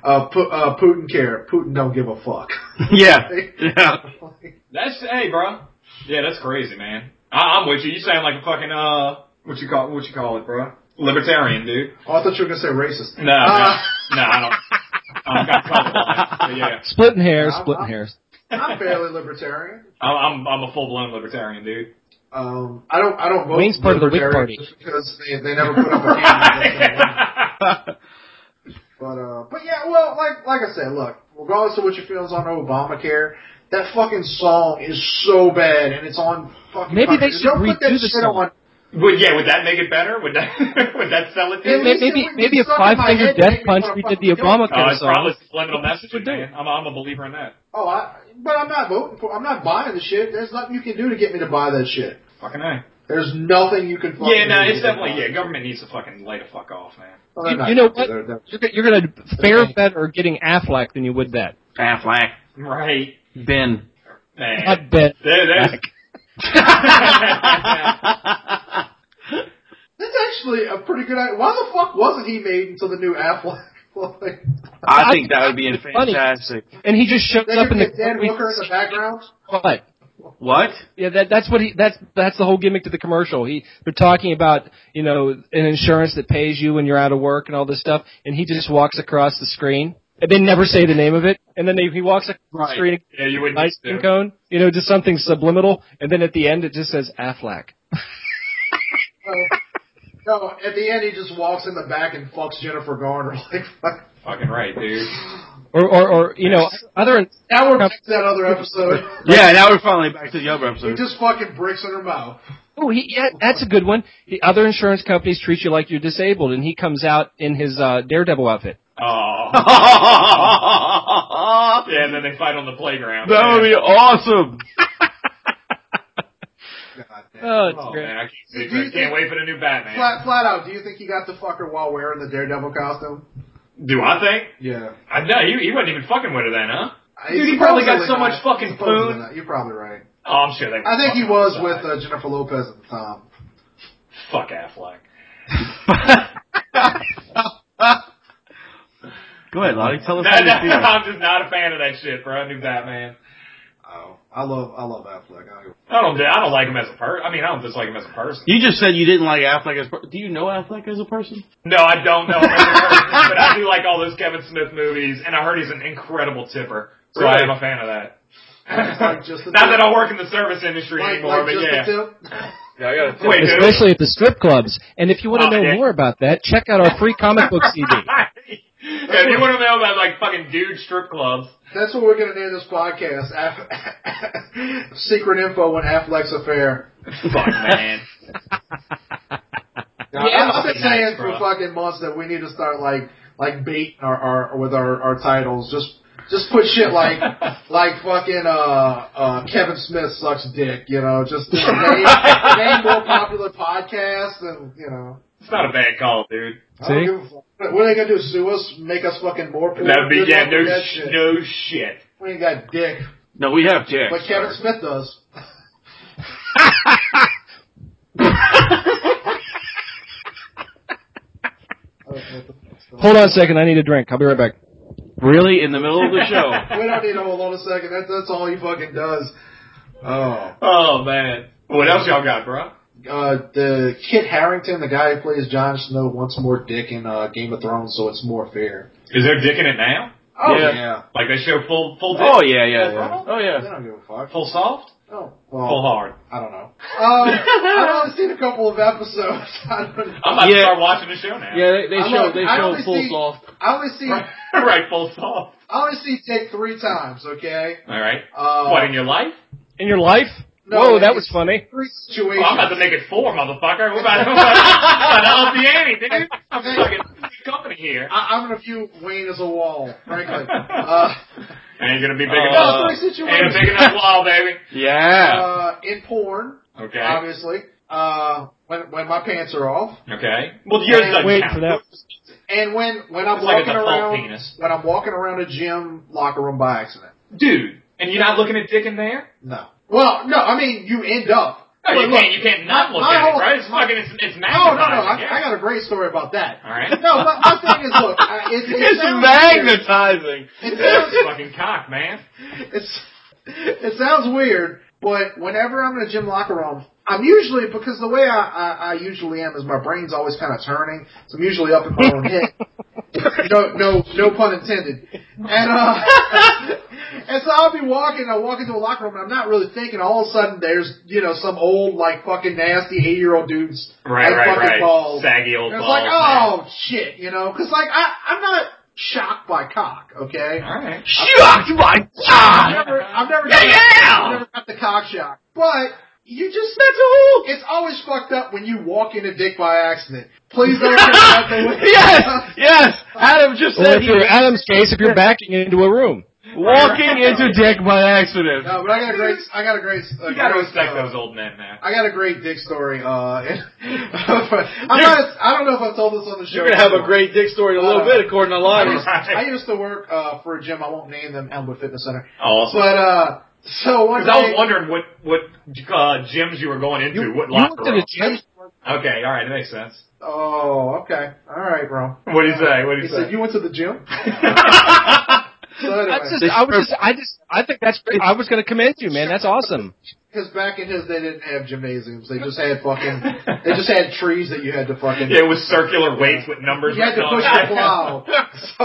S4: uh, Pu- uh, Putin care. Putin don't give a fuck. Oh,
S6: yeah. Yeah.
S2: That's hey, bro. Yeah, that's crazy, man. I, I'm with you. You sound like a fucking uh, what you call what you call it, bro? Libertarian, dude.
S4: oh, I thought you were gonna say racist.
S2: No,
S4: Uh,
S2: no, no, I don't. I'm kind of colorblind, but yeah,
S5: splitting hairs,
S4: I'm-
S5: splitting
S4: I'm-
S5: hairs.
S4: I'm fairly libertarian.
S2: I'm I'm, I'm a full blown libertarian, dude.
S4: Um, I don't. I don't vote.
S5: Wayne's part of the Whig
S4: libertarian
S5: Party.
S4: just because they, they never put up a candidate. But uh, but yeah, well, like like I said, look, regardless of what your feelings on Obamacare, that fucking song is so bad, and it's on fucking.
S5: Maybe they
S4: country.
S5: should
S4: Don't put that
S5: redo the
S4: shit
S5: song.
S4: on
S2: Would yeah, would that make it better? Would that would that sell it to
S4: At
S2: you?
S5: Maybe
S4: least it would be
S5: maybe, maybe a
S4: stuck in
S5: five
S4: my
S5: finger
S4: head and
S5: death
S4: make me
S5: punch
S4: wanna
S5: we did
S4: fucking
S5: the
S4: kill it.
S2: Uh,
S5: Obamacare
S2: it's probably
S5: song.
S2: subliminal messaging,
S5: do.
S2: man. I'm, I'm a believer in that.
S4: Oh, I, but I'm not voting for. I'm not buying the shit. There's nothing you can do to get me to buy that shit.
S2: Fucking A.
S4: There's nothing you can. Fucking
S2: Yeah, no,
S4: do to
S2: it's
S4: get me to
S2: definitely
S4: buy it.
S2: yeah. Government needs to fucking lay the fuck off, man.
S4: Well, they're
S5: You,
S4: not
S5: you know
S4: gonna
S5: what?
S4: do. They're-
S5: You're, gonna- you're going to fare
S4: Okay.
S5: better getting Affleck than you would that.
S6: Affleck.
S2: Right,
S6: Ben.
S2: man.
S5: Not bet.
S2: There, there's
S4: That's actually a pretty good idea. Why the fuck wasn't he made until the new Affleck? Like,
S3: I think that would be fantastic.
S5: And he just shows
S4: then
S5: up in
S4: you
S5: the
S4: get Dan Hooker in the background.
S5: What?
S3: What?
S5: Yeah, that, that's what he. That's that's the whole gimmick to the commercial. He they're talking about you know an insurance that pays you when you're out of work and all this stuff, and he just walks across the screen. And they never say the name of it, and then they, he walks across the
S3: Right.
S5: screen,
S2: Yeah, you wouldn't
S5: ice cream
S2: do.
S5: cone, you know, just something subliminal, and then at the end it just says Affleck.
S4: No, no, at the end he just walks in the back and fucks Jennifer Garner. Like, fuck.
S2: Fucking right, dude.
S5: Or, or, or you know, other
S4: Now we're back to that other episode.
S3: Yeah, now we're finally back to the other
S4: He
S3: episode.
S4: just fucking bricks in her mouth.
S5: oh, he, yeah, that's a good one. The other insurance companies treat you like you're disabled, and he comes out in his uh, Daredevil outfit.
S2: Oh.
S3: that
S2: Yeah, and then they fight on the playground.
S3: would be awesome.
S4: God damn.
S5: Oh, it's
S2: Oh
S5: great.
S2: man, I can't, I can't wait for the new Batman.
S4: Flat, flat out, do you think he got the fucker while wearing the Daredevil costume?
S2: Do I think?
S4: Yeah.
S2: I know he, he wasn't even fucking with her then, huh?
S4: I-
S2: Dude, he probably got
S4: supposedly
S2: so
S4: not.
S2: much fucking
S4: Supposedly
S2: food.
S4: not. You're probably right.
S2: Oh, I'm sure they.
S4: I think he
S2: fucking
S4: was
S2: outside.
S4: with uh, Jennifer Lopez at the time.
S2: Fuck Affleck.
S3: Go ahead, Lottie. Tell us
S2: No,
S3: how you
S2: no,
S3: feel.
S2: I'm just not a fan of that shit, bro. New Batman.
S4: Oh, I love, I love Affleck. I don't-
S2: I don't. I don't like him as a person. I mean, I don't dislike him as a person.
S3: You just said you didn't like Affleck as. Per- Do you know Affleck as a person?
S2: No, I don't know him as a person, but I do like all those Kevin Smith movies, and I heard he's an incredible tipper, so I am a fan of that.
S4: It's like just a
S2: not that I
S4: tip.
S2: work in the service industry
S4: Like,
S2: anymore,
S4: like
S2: but
S4: just
S2: yeah.
S4: a tip.
S3: Yeah, I got
S2: Wait, who?
S5: especially at the strip clubs. And if you want
S2: Oh,
S5: to know
S2: yeah.
S5: more about that, check out our free comic book CD.
S2: yeah, if you want to know about like fucking dude strip clubs,
S4: That's what we're gonna name this podcast. Aff- Secret info on Affleck's affair.
S2: fuck man.
S4: Now,
S2: Yeah,
S4: I've
S2: fucking
S4: been saying
S2: nice,
S4: for
S2: bro.
S4: fucking months that we need to start like like bait our, our with our, our titles. Just just put shit like like fucking uh uh Kevin Smith sucks dick. You know, just you know, name, name more popular podcasts and you know.
S2: It's not a bad call, dude.
S4: I don't
S5: See?
S4: give a fuck. What are they gonna do? Sue us? Make us fucking more? poor?
S2: That'd be
S4: Good
S2: yeah,
S4: luck with
S2: no,
S4: that
S2: sh-
S4: shit.
S2: no shit.
S4: We ain't got dick,
S3: No, we have Jack.
S4: but Kevin Smith does.
S5: Hold on a second, I need a drink. I'll be right back.
S3: Really, in the middle of the show.
S4: We don't need to hold on a second. That's that's all he fucking does. Oh.
S2: Oh man, what else y'all got, bro?
S4: uh, the Kit Harrington, the guy who plays Jon Snow, wants more dick in uh, Game of Thrones, so it's more fair.
S2: Is there dick in it now?
S4: Oh
S3: Yeah.
S4: yeah,
S2: Like they show full full dick,
S3: oh yeah, yeah, yeah. Oh
S4: they
S3: yeah.
S4: don't give a fuck.
S2: full soft,
S4: Oh
S2: full
S4: well,
S2: hard.
S4: I don't know. Um, I've only seen a couple of episodes. I don't know.
S2: I'm about to
S3: Yeah.
S2: start watching the show now.
S3: Yeah, they, they
S4: I'm
S3: show
S4: like,
S3: they
S4: I
S3: show
S4: only
S3: full
S4: see-
S3: soft.
S4: I only see
S2: Right, right, full soft.
S4: I only see Dick three times. Okay.
S2: All right.
S4: Uh,
S2: what in your life?
S5: In your life?
S4: No,
S5: Whoa, that
S4: it's-
S5: was funny.
S4: Three
S2: Well,
S4: situations.
S2: I'm about to make it four, motherfucker. We're about to, we're about to up the ante, dude. I'm fucking company here.
S4: I, I'm gonna view Wayne as a wall, frankly. Uh,
S2: Ain't gonna be big enough.
S4: no,
S2: Ain't
S4: three
S2: a
S4: situations.
S2: big enough wall, baby.
S3: Yeah.
S4: Uh, in porn,
S2: Okay.
S4: obviously. Uh, when when my pants are off.
S2: Okay. Well, yours doesn't
S5: Wait
S2: count.
S5: for that.
S4: And when when I'm
S2: It's like a
S4: walking
S2: default
S4: around,
S2: penis.
S4: when I'm walking around a gym locker room by accident,
S2: dude. And you're not looking at dick in there?
S4: no. Well, no, I mean you end up.
S2: No, you
S4: But look-
S2: can't. You can't not look
S4: my
S2: at it,
S4: whole-
S2: right? It's fucking. It's, it's
S4: No, no,
S2: magnifying.
S4: no. I,
S2: guess.
S4: I got a great story about that.
S2: All right.
S4: No, my, my thing is, look, I, it, it
S3: It's
S4: sounds weird.
S3: magnetizing.
S4: It
S2: That's
S4: sounds,
S2: fucking cock, man.
S4: it's, it sounds weird, but whenever I'm in a gym locker room, I'm usually because the way I, I, I usually am is my brain's always kind of turning, so I'm usually up in my own head. no, no, no pun intended. And uh, and so I'll be walking. I walk into a locker room, and I'm not really thinking. All of a sudden, there's you know some old like fucking nasty eight year old dudes
S2: Right,
S4: like,
S2: right,
S4: fucking
S2: right.
S4: balls.
S2: Saggy old
S4: And it's
S2: balls.
S4: like, oh shit, you know, because like I, I'm not shocked by cock, okay?
S2: man. All right.
S3: Shocked my
S4: I've
S3: God.
S4: never, I've never,
S3: Yeah,
S4: got,
S3: yeah!
S4: I've never got the cock shock, but you just that's all. It's always fucked up when you walk in a dick by accident. Please don't think that the way.
S3: yes, yes. Adam just
S5: Well,
S3: said he
S5: if you're Adam's case, if you're backing into a room.
S3: walking into dick by accident.
S4: No, but I got a great, I got a great. A
S2: You gotta
S4: great,
S2: respect
S4: uh,
S2: those old men, man.
S4: I got a great dick story. Uh, I'm not, I don't know if I told this on the show.
S3: You're gonna have a
S4: before.
S3: great dick story in a little
S4: Uh,
S3: bit, according to
S4: I
S3: Lottie.
S4: used, I used to work uh, for a gym. I won't name them, Elmwood Fitness Center.
S2: Awesome.
S4: But uh, So one
S2: Because I was
S4: day,
S2: wondering what what uh, gyms you were going into.
S5: You,
S2: what
S5: you
S2: locker
S5: worked at
S2: room.
S5: a gym.
S2: Okay, all right, that makes sense.
S4: oh, okay, all right, bro.
S2: What did he say? What did
S4: He
S2: he
S4: said
S2: say?
S4: you went to the gym. So anyway,
S5: That's just, I was just, I just, I think that's. great. I was going to commend you, man. That's awesome.
S4: because back in his, they didn't have gymnasiums. They just had fucking. They just had trees that you had to fucking.
S2: Yeah, it was circular weights with numbers.
S4: You had to
S2: written
S4: push
S2: on
S4: the plow. So,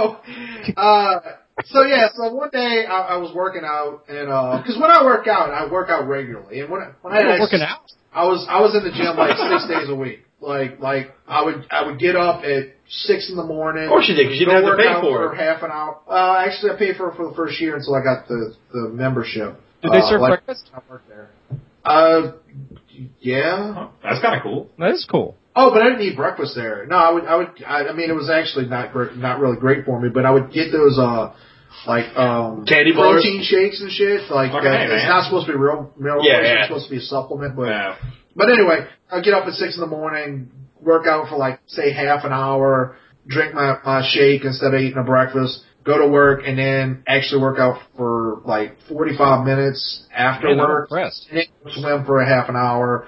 S4: uh, so yeah. So one day I, I was working out, and because when I work out, I work out regularly. And when I- when I
S5: You
S4: had
S5: were working out.
S4: I was I was in the gym like six days a week. Like like I would I would get up at six in the morning.
S3: Of course you did, 'cause you
S4: go
S3: didn't have to pay for
S4: work out
S3: it.
S4: half an hour. Uh, actually, I paid for it for the first year until I got the the membership.
S5: Did they
S4: Uh,
S5: serve
S4: like,
S5: breakfast?
S4: I worked there. Uh, yeah.
S2: Huh, That's kind of cool.
S5: That is cool.
S4: Oh, but I didn't eat breakfast there. No, I would, I would, I, I mean, it was actually not gr- not really great for me. But I would get those uh, like um,
S3: Candy bars?
S4: protein shakes and shit. Like
S2: Fucking
S4: that-
S2: hey,
S4: it's
S2: man.
S4: not supposed to be real real.
S3: Yeah,
S4: it's
S3: yeah.
S4: supposed to be a supplement. But
S2: Yeah.
S4: but anyway, I get up at six in the morning, work out for like say half an hour, drink my, my shake instead of eating a breakfast, go to work, and then actually work out for like forty five minutes after
S5: Man, I'm
S4: work,
S5: impressed.
S4: and then swim for a half an hour.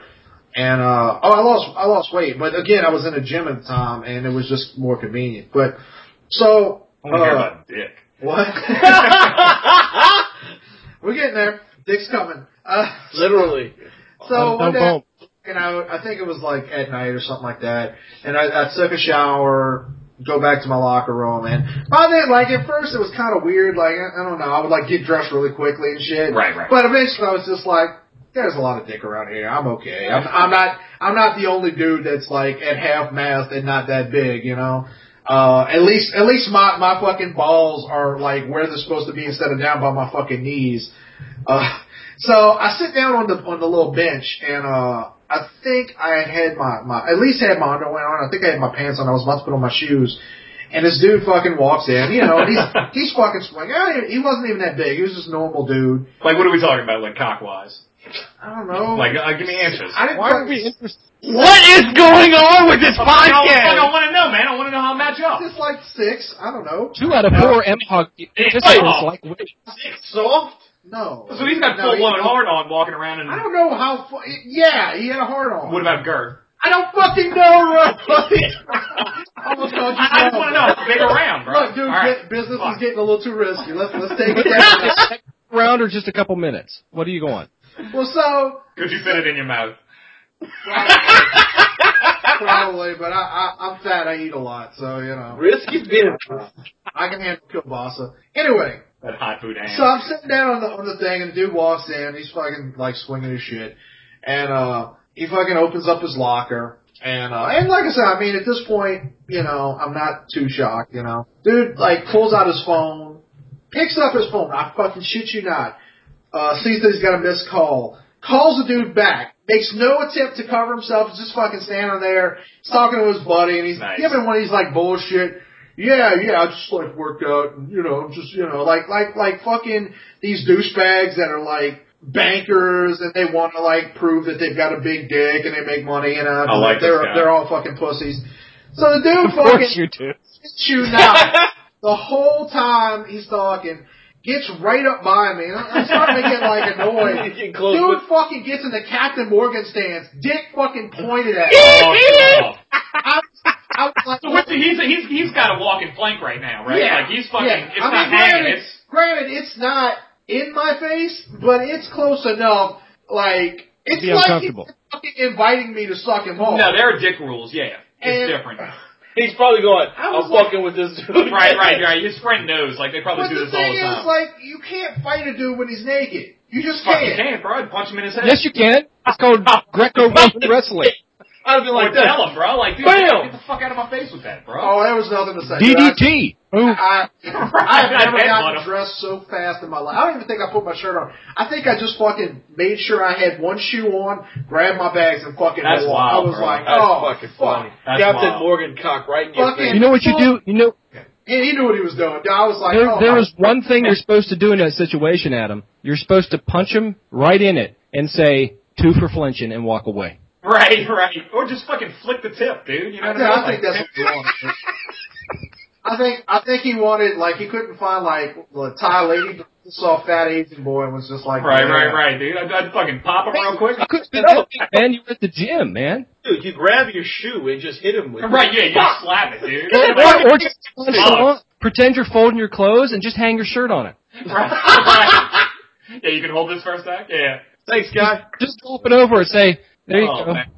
S4: And uh oh, I lost I lost weight, but again, I was in a gym at the time, and it was just more convenient. But so
S2: I want to hear
S4: uh,
S2: about dick.
S4: what? We're getting there. Dick's coming. Uh,
S3: Literally.
S4: so one
S5: Boom,
S4: day,
S5: boom.
S4: and I, I think it was like at night or something like that. And I, I took a shower, go back to my locker room, and by then, like at first, it was kind of weird. Like I, I don't know, I would like get dressed really quickly and shit.
S2: Right, right.
S4: But eventually, I was just like, "There's a lot of dick around here. I'm okay. I'm, I'm not. I'm not the only dude that's like at half mast and not that big, you know." Uh, at least, at least my, my fucking balls are like where they're supposed to be instead of down by my fucking knees. Uh, so I sit down on the on the little bench, and uh, I think I had had my, my at least had my underwear on. I think I had my pants on. I was about to put on my shoes, and this dude fucking walks in. You know, and he's he's fucking swinging. I didn't- He wasn't even that big. He was just a normal dude.
S2: Like, what are we talking about? Like, cock-wise?
S4: I don't know.
S2: Like, uh, give me answers.
S4: I didn't.
S5: Why are
S4: fucking-
S5: we interested?
S6: What is going on with this
S2: I, I
S6: podcast?
S2: want to know, man. I want to know how I match up.
S4: Just like six. I don't know.
S5: Two out of four MHOG participants like women.
S3: Soft?
S4: No.
S2: So he's got
S4: No, he-
S2: full-blown hard on walking around and...
S4: I don't know how. Fu- yeah, he had a hard on.
S2: What about girth?
S4: I don't fucking know, Roy. I almost called you.
S2: I, I just want to know. how Big around, bro.
S4: Look, dude,
S2: All right.
S4: bu- business
S2: Fuck.
S4: is getting a little too risky. Let's let's take it down.
S5: Round or just a couple minutes? What are you going?
S4: well, so
S2: Could you fit it in your mouth?
S4: probably, but I, I I'm fat. I eat a lot, so you know
S3: Risky business.
S4: I can handle kielbasa. Anyway,
S2: That hot food hand.
S4: so I'm sitting down on the on the thing, and the dude walks in. He's fucking like swinging his shit, and uh he fucking opens up his locker. And uh, and like I said, I mean, at this point, you know, I'm not too shocked. You know, dude, like pulls out his phone, picks up his phone. I fucking shit you not. uh, sees that he's got a missed call, calls the dude back, makes no attempt to cover himself, is just fucking standing there, he's talking to his buddy, and he's
S2: Nice.
S4: giving one of these like bullshit. Yeah, yeah, I just like worked out, and, you know, I'm just you know, like like like fucking these douchebags that are like bankers and they want to like prove that they've got a big dick and they make money and uh,
S2: I like this
S4: they're
S2: guy.
S4: they're all fucking pussies. So the dude
S5: Of course
S4: fucking
S5: you do.
S4: you not. The whole time he's talking, gets right up by me. And I'm starting to get like annoyed.
S3: Getting close
S4: Dude
S3: with-
S4: fucking gets in the Captain Morgan stance, dick fucking pointed
S2: Oh,
S4: at me.
S2: oh, oh.
S4: I, I was like,
S2: So what's the, he's he's he's got a walking plank right now, right?
S4: Yeah.
S2: Like he's fucking.
S4: Yeah.
S2: It's
S4: I
S2: not
S4: mean,
S2: hanging.
S4: granted,
S2: It's
S4: granted, it's not in my face, but it's close enough. Like it's
S5: Be
S4: like
S5: uncomfortable.
S4: he's fucking inviting me to suck him off.
S2: no, there are dick rules. Yeah, it's
S4: Oh. And-
S2: different.
S3: He's probably going,
S4: I
S3: I'm
S4: was like-
S3: fucking with this dude.
S2: right, right, right. His friend knows. Like they probably
S4: but
S2: do
S4: the
S2: this all
S4: thing
S2: the
S4: is,
S2: time.
S4: like, you can't fight a dude when he's naked. You just
S2: Fuck, you can't,
S4: can't.
S2: bro. I'd Punch him in his head.
S5: Yes, you can. It's called Greco-Roman wrestling.
S3: I'd be
S2: Or
S3: like
S2: tell
S3: that.
S2: him, bro. Like, dude, get
S3: Bam!
S2: the fuck out of my face with that, bro.
S4: Oh, there was nothing to say. dude. I-
S5: DDT. Ooh.
S4: I, I've never
S2: I
S4: gotten
S2: bet.
S4: dressed so fast in my life. I don't even think I put my shirt on. I think I just fucking made sure I had one shoe on, grabbed my bags, and fucking.
S2: That's
S4: wore.
S2: wild,
S4: I was
S2: bro.
S4: like,
S3: That's
S4: oh
S3: fucking
S4: fuck.
S3: funny.
S2: That's
S3: Captain
S2: wild.
S3: Morgan cock right in your
S4: Fucking-
S3: face.
S5: You know what you do? You know,
S4: And he knew what he was doing. I was like,
S5: there,
S4: oh,
S5: there
S4: my-
S5: is one thing you're supposed to do in that situation, Adam. You're supposed to punch him right in it and say, two for flinching and walk away.
S2: Right, right. Or just fucking flick the tip, dude. You know what
S4: Yeah, I
S2: I mean?
S4: think that's what he wanted. I think I think he wanted like he couldn't find like the Thai lady saw fat Asian boy and was just like,
S2: Right,
S4: yeah.
S2: right, right, dude. I'd, I'd fucking pop him real quick.
S5: You couldn't get up, man. You were at the gym, man.
S3: Dude, you grab your shoe and just hit him with it.
S2: Right, yeah, you just slap it, dude.
S5: Or, or just salon, pretend you're folding your clothes and just hang your shirt on it.
S2: Right, right. Yeah, you can hold this for a sec. Yeah.
S3: Thanks, guy.
S5: Just flip it over and say, "There you
S2: Oh,
S5: go.
S2: man.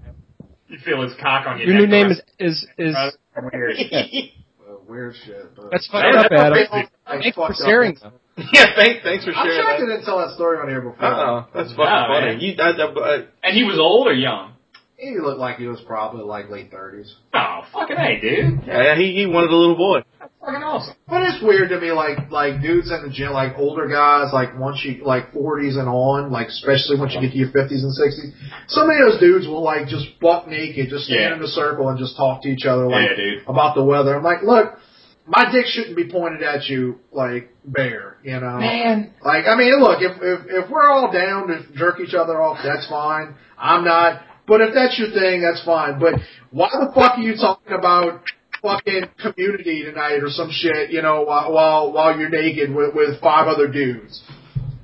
S2: You feel his cock on your
S5: Your
S2: neck
S5: new name
S2: for
S5: is is is."
S2: the rest of the year.
S4: Uh, weird shit. But
S5: That's
S3: Man,
S5: fucked up,
S3: that's
S5: Adam.
S4: Like,
S5: Thanks
S4: fucked
S5: for
S4: up.
S5: sharing. though.
S3: yeah, thanks, thanks for
S4: I'm
S3: sharing
S4: sure I
S3: that.
S4: didn't tell that story on here before.
S3: Uh-oh, that's fucking
S2: Nah, man.
S3: funny. You, that, that, uh,
S2: And he was old or young?
S4: He looked like he was probably like late thirties.
S2: Oh, fucking hey, dude.
S3: yeah, he, he wanted a little boy.
S2: That's fucking awesome.
S4: But it's weird to me, like like dudes in the gym, like older guys, like once you like forties and on, like especially once you get to your fifties and sixties, so many of those dudes will like just buck naked, just stand
S2: Yeah.
S4: in a circle and just talk to each other, like
S2: Yeah, dude.
S4: about the weather. I'm like, look, my dick shouldn't be pointed at you like bare, you know.
S2: Man.
S4: Like, I mean, look, if, if, if we're all down to jerk each other off, that's fine. I'm not. But if that's your thing, that's fine. But why the fuck are you talking about fucking community tonight or some shit, you know, while, while, while you're naked with, with five other dudes?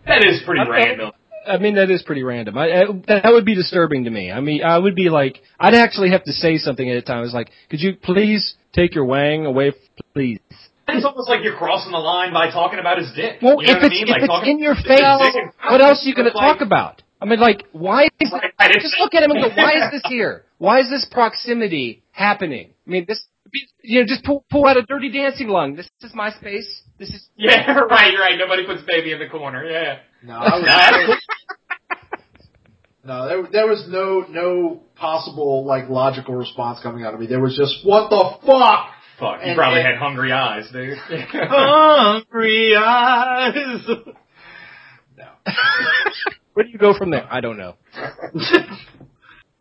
S2: That is pretty
S5: Okay.
S2: random.
S5: I mean, that is pretty random. I, I, that would be disturbing to me. I mean, I would be like, I'd actually have to say something at a time. It's like, could you please take your wang away, please?
S2: It's almost like you're crossing the line by talking about his dick.
S5: Well,
S2: you know
S5: if
S2: what I
S5: it's
S2: mean?
S5: if
S2: like
S5: it's
S2: talking
S5: in your
S2: his
S5: face,
S2: dick and-
S5: what else are you going to
S2: It's like-
S5: talk about? I mean, like, why is
S2: Right, right, it's-
S5: just look at him and go, why is this here? Why is this proximity happening? I mean, this you know, just pull pull out a Dirty Dancing lung. This is my space. This is
S2: Yeah, right, right. Nobody puts baby in the corner. Yeah.
S4: No, I
S2: No, that's-
S4: was, no, there, there was no, no possible, like, logical response coming out of me. There was just, what the fuck?
S2: Fuck, you
S4: And-
S2: probably
S4: and-
S2: had hungry eyes, dude.
S3: Oh, Hungry eyes.
S5: where do you go from there? I don't know.
S2: no,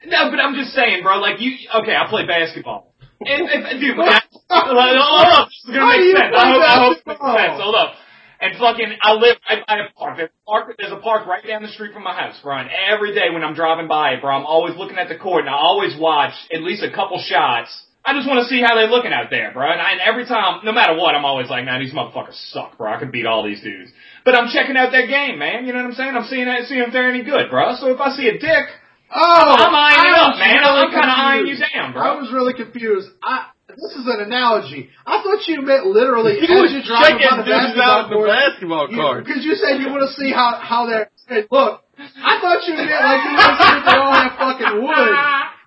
S2: but I'm just saying, bro. Like you, okay? I play basketball. And if, dude, when I, hold up, this is gonna
S4: Why do you
S2: make sense.
S4: play
S2: I hope, I hope it makes
S4: basketball?
S2: sense. Hold up. And fucking, I live right by a park. There's a park. There's a park right down the street from my house, bro. And every day when I'm driving by it, bro, I'm always looking at the court and I always watch at least a couple shots. I just want to see how they're looking out there, bro. And, I, and every time, no matter what, I'm always like, nah, these motherfuckers suck, bro. I could beat all these dudes. But I'm checking out their game, man. You know what I'm saying? I'm seeing, seeing if they're any good, bro. So if I see a dick,
S4: Oh, I'm
S2: eyeing you up, man. I'm kinda eyeing you down, bro.
S4: I was really confused. I this is an analogy. I thought you meant literally
S3: You
S4: as you're
S3: was
S4: driving
S3: checking
S4: by the
S3: dudes
S4: basketball
S3: out the
S4: court.
S3: basketball court.
S4: Because you, said you want to see how how they're. Hey, look, I thought you meant like you want to see if they all have fucking wood,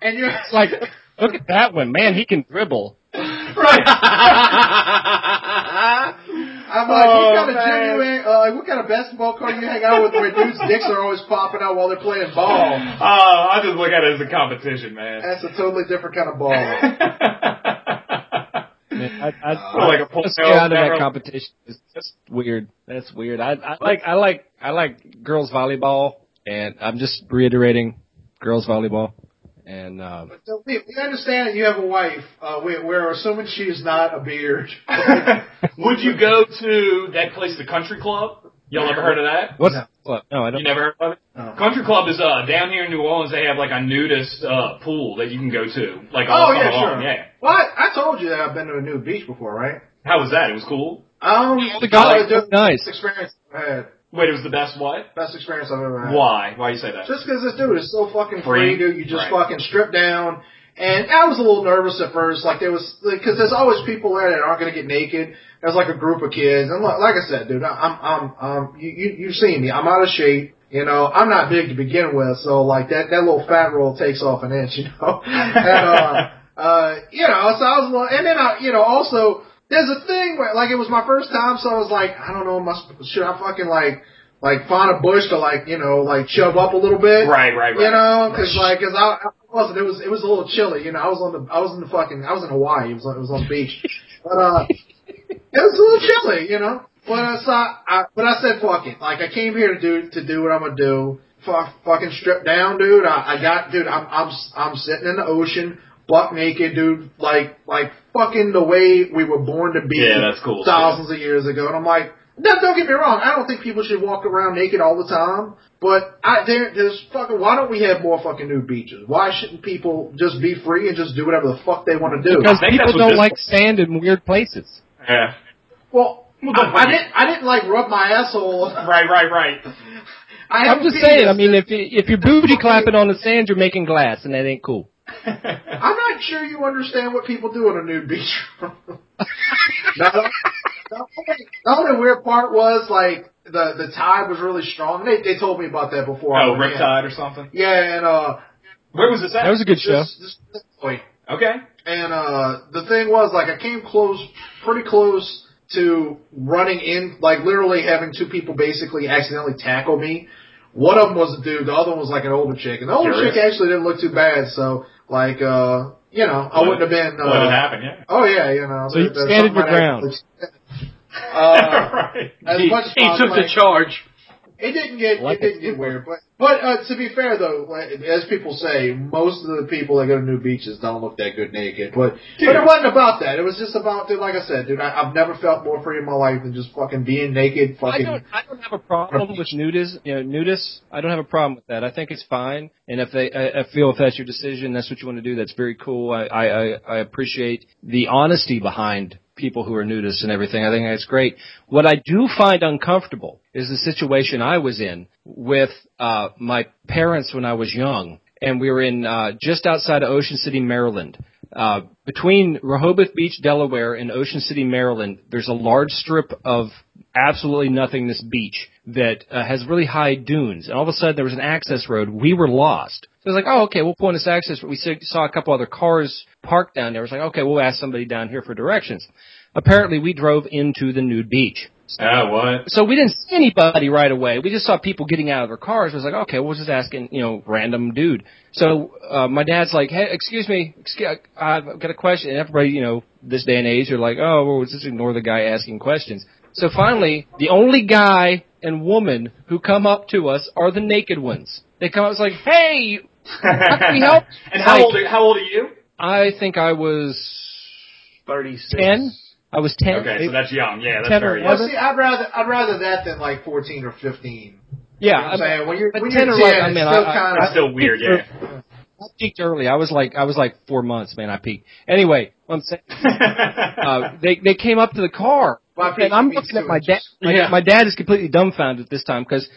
S4: and you're
S5: It's like, look at that one, man. He can dribble.
S4: I'm like, what
S3: Oh,
S4: kind of
S3: man.
S4: genuine, uh, like what kind of basketball court you hang out with where dudes' dicks are always popping out while they're playing ball?
S2: Oh, I just look at it as a competition, man.
S4: That's a totally different kind of ball.
S5: Man, I, I,
S4: Oh,
S2: like a
S5: I just get
S2: Pompeo
S5: out of that
S2: Federal-
S5: competition. It's just weird. That's weird. I, I like I like I like girls volleyball, and I'm just reiterating girls volleyball. And um,
S4: So we, we understand that you have a wife. Uh, we, we're assuming she's not a beard.
S2: Would you go to that place, the Country Club? Y'all ever heard of that?
S5: what's
S4: No.
S5: what? No, I
S2: You
S5: don't.
S2: never heard of it?
S4: No.
S2: Country Club is uh down here in New Orleans. They have like a nudist uh pool that you can go to, like all
S4: Oh,
S2: summer
S4: yeah,
S2: long.
S4: sure.
S2: Yeah.
S4: Well, I, I told you that I've been to a nude beach before, right?
S2: How was that? It was cool.
S4: Um,
S5: The guy-
S4: no, it was the
S5: nice.
S4: best experience I've had.
S2: Wait, it was the best what?
S4: Best experience I've ever had.
S2: Why? Why you say that?
S4: Just because this dude is so fucking
S2: Free.
S4: free, dude. You just
S2: Right.
S4: fucking strip down. And I was a little nervous at first, like there was, because there's always people there that aren't gonna get naked. There's like a group of kids, and like, like I said, dude, I- I'm, I'm, um, you, you, you've seen me. I'm out of shape. You know, I'm not big to begin with, so like that, that little fat roll takes off an inch, you know. and, uh, uh, you know, so I was, a little, and then I, you know, also there's a thing where, like, it was my first time, so I was like, I don't know, must should I fucking like, like find a bush to like, you know, like shove up a little bit,
S2: Right, right, right.
S4: you know, because like, because I, I wasn't. It was it was a little chilly. You know, I was on the I was in the fucking I was in Hawaii. It was on, it was on the beach, but uh, it was a little chilly. You know, but uh, I saw. I, but I said, fuck it. Like I came here to do to do what I'm gonna do. Fuck, fucking strip down, dude. I, I got, dude. I'm I'm s- I'm sitting in the ocean, buck naked, dude. Like like fucking the way we were born to be.
S2: Yeah, that's cool.
S4: Thousands of years ago, and I'm like. No, don't get me wrong. I don't think people should walk around naked all the time. But I there there's fucking why don't we have more fucking nude beaches? Why shouldn't people just be free and just do whatever the fuck they want to do?
S5: Because
S2: I think
S5: people
S2: that's what
S5: don't
S2: this-
S5: like sand in weird places.
S2: Yeah.
S4: well, I, I didn't. I didn't like rub my asshole.
S2: Right, right, right. Oh,
S4: I
S5: I'm
S4: haven't
S5: just
S4: seen
S5: saying.
S4: this.
S5: I mean, if you, if you're booty clapping on the sand, you're making glass, and that ain't cool.
S4: I'm not sure you understand what people do on a nude beach. no, the, only, the only weird part was like the the tide was really strong. They they told me about that before. I
S2: oh,
S4: went in.
S2: Riptide or something.
S4: Yeah, and uh,
S2: Where was this at?
S5: That was a good show.
S4: this, this boy.
S2: okay.
S4: And uh, the thing was, like, I came close, pretty close to running in, like, literally having two people basically accidentally tackle me. One of them was a dude, the other one was like an older chick, and the older
S2: Curious.
S4: chick actually didn't look too bad. So, like, uh, you know, I
S2: What-
S4: wouldn't have been. Uh,
S2: what had happened? Yeah.
S4: Oh yeah, you know.
S5: So you
S4: there- there's
S5: standed your
S4: something
S5: ground.
S4: that- Uh,
S2: right.
S4: as
S3: he,
S4: much
S3: he
S4: as,
S3: took
S4: like,
S3: the charge.
S4: it didn't get
S5: Like
S4: it didn't
S5: a
S4: get
S5: trooper.
S4: weird, but but uh, to be fair though, like, as people say, most of the people that go to new beaches don't look that good naked. But but it wasn't about that. It was just about dude. Like I said, dude, I, I've never felt more free in my life than just fucking being naked.
S5: I
S4: Fucking
S5: don't. I don't have a problem with nudists. You know, nudists. I don't have a problem with that. I think it's fine. And if they, I, I feel if that's your decision, that's what you want to do. That's very cool. I, I, I I appreciate the honesty behind people who are nudists and everything. I think that's great. What I do find uncomfortable is the situation I was in with uh, my parents when I was young, and we were in uh, just outside of Ocean City, Maryland. Uh, between Rehoboth Beach, Delaware, and Ocean City, Maryland, there's a large strip of absolutely nothingness beach that uh, has really high dunes. And all of a sudden, there was an access road. We were lost. So I was like, oh, okay, we'll point this access. road. We see- saw a couple other cars parked down there. I was like, okay, we'll ask somebody down here for directions. Apparently, we drove into the nude beach.
S2: Oh, what?
S5: So we didn't see anybody right away. We just saw people getting out of their cars. I was like, okay, we'll just ask an you know random dude. So uh, my dad's like, hey, excuse me, excuse, I've got a question. And everybody, you know, this day and age, they're like, oh, well, let's just ignore the guy asking questions. So finally, the only guy and woman who come up to us are the naked ones. They come up, it's like, hey, can we help?
S2: and how
S5: Like-
S2: old? Are, how old are you?
S5: I think I was
S3: Thirty six.
S5: ten. I was ten.
S2: Okay, so that's young. Yeah, that's
S5: Ten or
S2: very
S4: Well,
S2: young.
S5: eleven.
S4: see, I'd rather I'd rather that than like fourteen or fifteen. You
S5: yeah,
S4: know what I'm saying when you're
S5: but
S4: when
S5: 10
S4: you're
S5: or 11,
S4: ten,
S5: I mean,
S4: it's still
S5: I- I-
S4: kind
S2: That's
S4: of
S2: still weird. Yeah.
S5: I peaked early. I was like, I was like four months, man. I peaked. Anyway, what I'm saying, uh, they they came up to the car,
S4: Well, I peaked-
S5: and I'm
S4: peaked
S5: looking at
S4: two
S5: my dad.
S4: inches.
S5: My,
S3: Yeah.
S5: my dad is completely dumbfounded this time because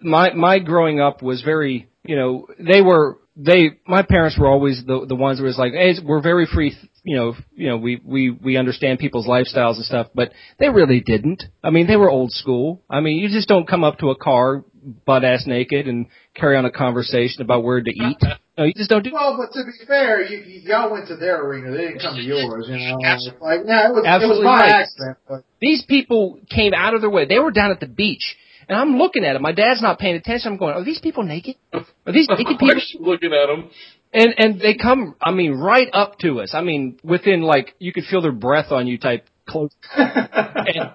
S5: my my growing up was very, you know, they were they my parents were always the the ones that was like, hey, we're very free, you know, you know, we we we understand people's lifestyles and stuff, but they really didn't. I mean, they were old school. I mean, you just don't come up to a car butt ass naked and carry on a conversation about where to eat. No, you just don't do
S4: well, but to be fair, you, you, y'all went to their arena. They didn't come to yours, you know. Like, yeah, it was, it was
S5: Absolutely
S4: my
S5: right.
S4: accident. But
S5: These people came out of their way. They were down at the beach. And I'm looking at it. My dad's not paying attention. I'm going, are these people naked? Are these
S3: Of
S5: naked people?
S3: course, looking at him.
S5: And, and they come, I mean, right up to us. I mean, within like, you could feel their breath on you type close. And,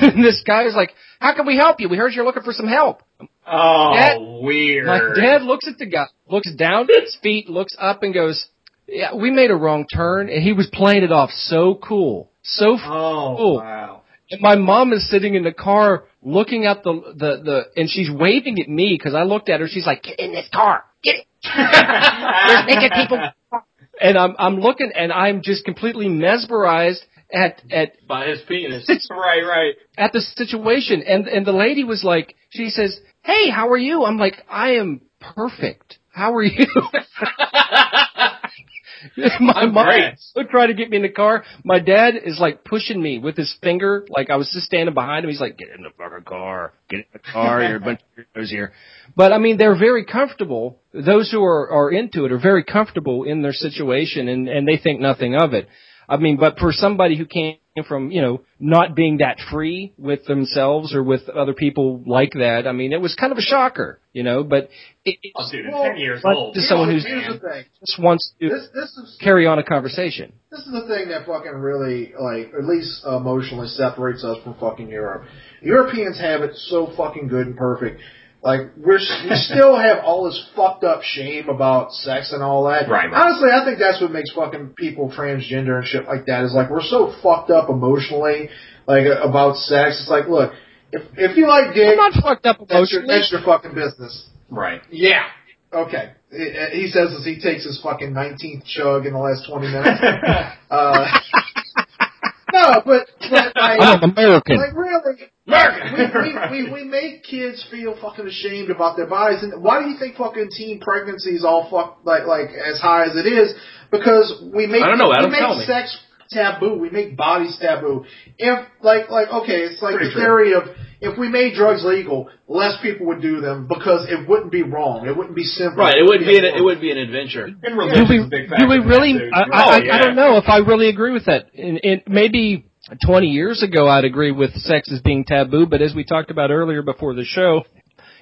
S5: and this guy is like, how can we help you? We heard you're looking for some help.
S2: oh,
S5: Dad-
S2: weird.
S5: My dad looks at the guy, looks down at his feet, looks up and goes, yeah, we made a wrong turn. And he was playing it off so cool. So
S2: Oh,
S5: Cool.
S2: wow.
S5: And my mom is sitting in the car looking out the the the, and she's waving at me because I looked at her. She's like, "Get in this car, get it." There's naked people. And I'm I'm looking, and I'm just completely mesmerized at at
S3: by his penis.
S2: right, right.
S5: at the situation. And and the lady was like, she says, "Hey, how are you?" I'm like, "I am perfect. How are you?" my mom
S2: great.
S5: would try to get me in the car. My dad is like pushing me with his finger. Like I was just standing behind him. He's like, "Get in the fucking car. Get in the car. You're a bunch of weirdos here." But I mean, they're very comfortable. Those who are are into it are very comfortable in their situation, and and they think nothing of it. I mean, but for somebody who came from, you know, not being that free with themselves or with other people like that, I mean, it was kind of a shocker, you know, but it, it
S2: Oh, dude, at
S4: Well,
S2: 10 years
S5: but
S2: old.
S5: to
S2: dude,
S5: someone
S4: here's-
S5: who's-
S4: here's
S2: man.
S4: the thing.
S5: just wants to
S4: This this is
S5: carry on a conversation.
S4: this is the thing that fucking really, like, at least emotionally separates us from fucking Europe. Europeans have it so fucking good and perfect. Like, we're, we still have all this fucked up shame about sex and all that.
S2: Right, right.
S4: Honestly, I think that's what makes fucking people transgender and shit like that is like, we're so fucked up emotionally, like, about sex. It's like, look, if, if you like
S5: I'm
S4: dick,
S5: not fucked up
S4: that's your,
S5: emotionally.
S4: that's your fucking business.
S2: Right.
S4: Yeah. Okay. He- He says as he takes his fucking 19th chug in the last 20 minutes.
S2: yeah,
S4: Uh, no, no, but, but like,
S5: I'm an American.
S4: like really, we, we, we, we make kids feel fucking ashamed about their bodies. And why do you think fucking teen pregnancy is all fuck like like as high as it is? Because we make
S3: I don't know,
S4: we
S3: Adam,
S4: make
S3: tell me.
S4: sex taboo. We make bodies taboo. If like like okay, it's like
S2: Pretty
S4: the
S2: true.
S4: theory of if we made drugs legal, less people would do them because it wouldn't be wrong. It wouldn't be simple.
S3: Right, it would be an,
S4: horrible.
S3: it would be an adventure.
S2: And
S5: do
S2: religion's a
S5: we
S2: big
S5: do we
S2: factor in
S5: really?
S2: that, too.
S5: I,
S2: Oh,
S5: I, I
S2: yeah.
S5: don't know if I really agree with that. In, in maybe 20 years ago, I'd agree with sex as being taboo. But as we talked about earlier before the show,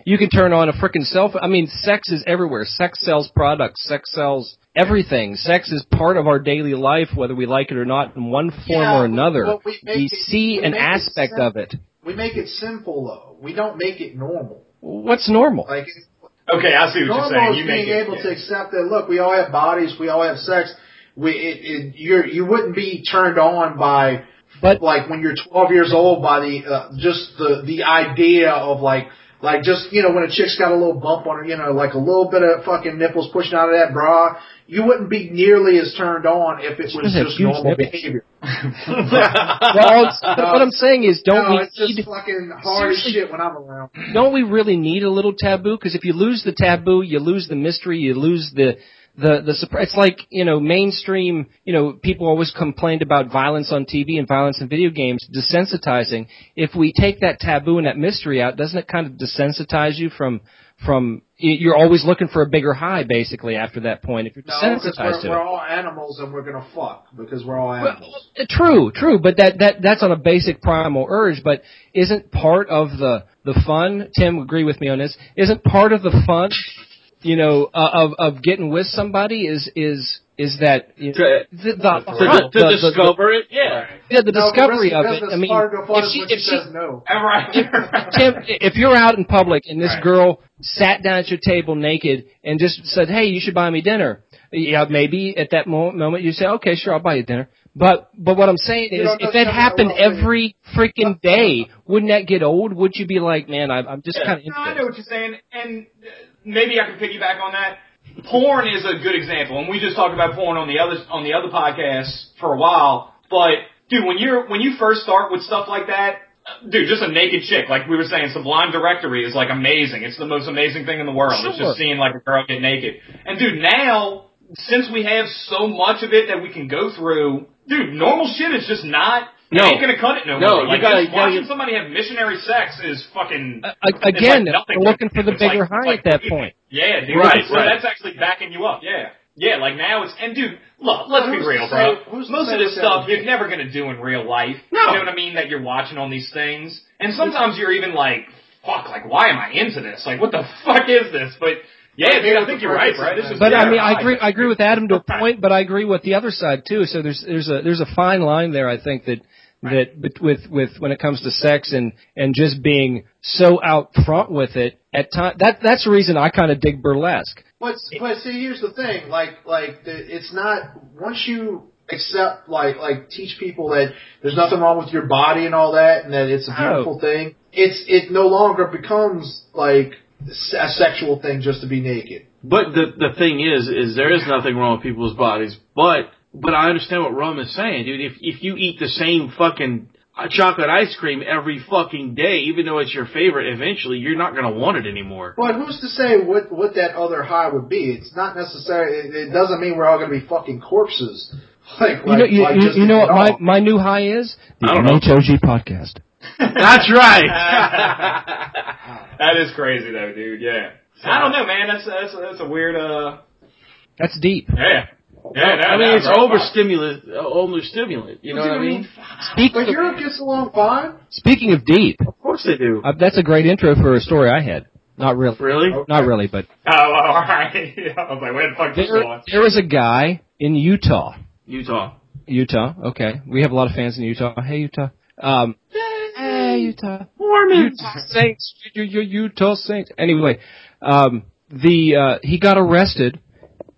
S5: you can turn on a frickin' cell phone. I mean, sex is everywhere. Sex sells products. Sex sells everything. Sex is part of our daily life, whether we like it or not, in one form
S4: Yeah,
S5: or
S4: but
S5: another.
S4: what we make
S5: We
S4: it-
S5: see
S4: we
S5: an
S4: make it
S5: aspect
S4: simple.
S5: of it.
S4: We make it simple though. We don't make it normal.
S5: What's normal?
S4: Like it's
S2: Okay, I see what you're saying.
S4: normal
S2: You
S4: is
S2: make
S4: being
S2: it,
S4: able
S2: yeah.
S4: to accept that. Look, we all have bodies. We all have sex. We it, it, you're you wouldn't be turned on by
S5: But-
S4: like when you're 12 years old by the uh, just the the idea of like like just you know when a chick's got a little bump on her you know like a little bit of fucking nipples pushing out of that bra you wouldn't be nearly as turned on if it was
S5: doesn't have
S4: just
S5: huge
S4: normal
S5: nipples.
S4: behavior.
S5: Well, it's- what I'm saying is, don't
S4: No,
S5: we
S4: it's just
S5: need
S4: fucking hard as
S5: Seriously.
S4: shit when I'm around.
S5: don't we really need a little taboo? Because if you lose the taboo, you lose the mystery, you lose the the the surprise. It's like you know mainstream. You know people always complained about violence on TV and violence in video games, desensitizing. If we take that taboo and that mystery out, doesn't it kind of desensitize you from from? y- You're always looking for a bigger high, basically. After that point, if you're
S4: No,
S5: desensitized
S4: because
S5: to
S4: we're,
S5: it.
S4: we're all animals and we're gonna fuck because we're all animals.
S5: Uh, True, true, but that that that's on a basic primal urge. But isn't part of the the fun? Tim, would agree with me on this. Isn't part of the fun, you know, uh, of of getting with somebody is is is that you
S3: To-
S5: the, the,
S3: to,
S5: hunt,
S3: to discover it, yeah.
S5: the, yeah, the
S4: No,
S5: discovery of
S4: because-
S5: it.
S4: because
S5: I mean,
S4: part of the fun
S5: if
S4: is
S5: she
S4: when
S5: if
S4: she
S5: she
S4: says no.
S2: All right.
S5: Tim, if you're out in public and this
S2: Right.
S5: girl sat down at your table naked and just said, "Hey, you should buy me dinner," yeah, maybe at that mo- moment you say, "Okay, sure, I'll buy you dinner." But but what I'm saying
S4: You
S5: is,
S4: don't know
S5: if that
S4: Tim, I
S5: happened
S4: love you.
S5: every freaking day, wouldn't that get old? Would you be like, "Man, I, I'm just kind of
S2: No, I
S5: into
S2: know
S5: it."
S2: what you're saying, and uh, maybe I can piggyback on that. Porn is a good example, and we just talked about porn on the other on the other podcast for a while. But dude, when you're when you first start with stuff like that, uh, dude, just a naked chick, like we were saying, Sublime Directory is like amazing. It's the most amazing thing in the world. It's
S5: Sure.
S2: just seeing like a girl get naked. And dude, now since we have so much of it that we can go through, dude, normal shit is just not. it
S3: No.
S2: ain't gonna cut it no,
S3: No,
S2: more.
S3: you
S2: Like,
S3: gotta-
S2: just
S3: you gotta
S2: watching
S3: get- Uh,
S2: somebody have missionary sex is fucking
S5: A- a- Again,
S2: it's like nothing.
S5: they're looking for the
S2: It's like-
S5: bigger
S2: it's
S5: high
S2: like
S5: at that
S2: breathing.
S5: point.
S2: Yeah, dude.
S3: Right,
S2: so
S3: right.
S2: that's actually backing you up. Yeah. Yeah, like now it's and dude, look, let's be
S4: Who's
S2: real,
S4: to
S2: bro.
S4: say- who's to
S2: Most
S4: say
S2: of this
S4: what that
S2: stuff
S4: would be?
S2: you're never gonna do in real life.
S3: No.
S2: You know what I mean? That you're watching on these things. And sometimes you're even like, fuck, like why am I into this? Like what the fuck is this? But yeah,
S4: Maybe
S2: dude, I
S4: with
S2: think
S4: the
S2: you're right,
S4: purpose
S2: bro.
S4: of
S2: This
S4: that.
S2: is
S5: But I
S2: yeah,
S5: mean, I
S2: right.
S5: agree. I agree with Adam to a point, but I agree with the other side too. So there's there's a there's a fine line there. I think that that bet- with with when it comes to sex and and just being so out front with it at time that that's the reason I kind of dig burlesque.
S4: But but see, here's the thing. Like like the, it's not once you accept like like teach people that there's nothing wrong with your body and all that, and that it's a
S5: No.
S4: beautiful thing. It's it no longer becomes like s- a sexual thing just to be naked.
S3: But the the thing is, is there is nothing wrong with people's bodies. But but I understand what Rum is saying, dude. If if you eat the same fucking uh, chocolate ice cream every fucking day, even though it's your favorite, eventually you're not gonna want it anymore.
S4: But who's to say what what that other high would be? It's not necessarily. It, it doesn't mean we're all going to be fucking corpses. Like,
S5: You know,
S4: like,
S5: you,
S4: like
S5: you,
S4: just
S5: you know
S4: at
S5: what my
S4: all.
S5: my new high is the
S3: I don't know.
S5: MHOG podcast.
S3: That's right.
S2: That is crazy though, dude. Yeah. I don't know, man. That's that's that's a weird uh
S5: That's deep.
S2: yeah. Yeah, that,
S3: I mean,
S2: that,
S3: it's
S2: bro.
S3: overstimulant, uh, overstimulant. You know what I mean?
S5: Speaking
S4: But
S5: of,
S4: Europe gets along fine.
S5: speaking of deep,
S3: Of course they do.
S5: uh, that's a great intro for a story I had. Not really,
S3: Really?
S5: not really, but
S2: Oh, all right. I was like, where the fuck this
S5: there,
S2: going?
S5: there was a guy in Utah.
S3: Utah.
S5: Utah. Okay, we have a lot of fans in Utah. Hey Utah. Um, hey Utah. Utah Saints. You, you, you- Utah Saints. Anyway, um, the uh, he got arrested.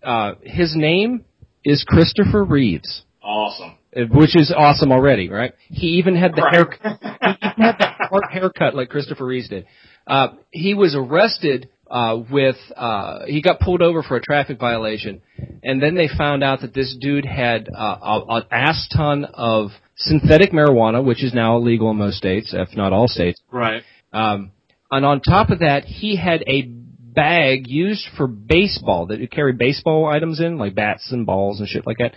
S5: Uh, his name is Christopher Reeves,
S2: Awesome.
S5: uh, which is awesome already, right? He even had the
S2: Right.
S5: haircut short haircut like Christopher Reeves did. Uh, he was arrested uh, with uh, he got pulled over for a traffic violation, and then they found out that this dude had uh, a, an ass ton of synthetic marijuana, which is now illegal in most states, if not all states.
S3: Right.
S5: Um, and on top of that, he had a bag used for baseball that you carry baseball items in, like bats and balls and shit like that,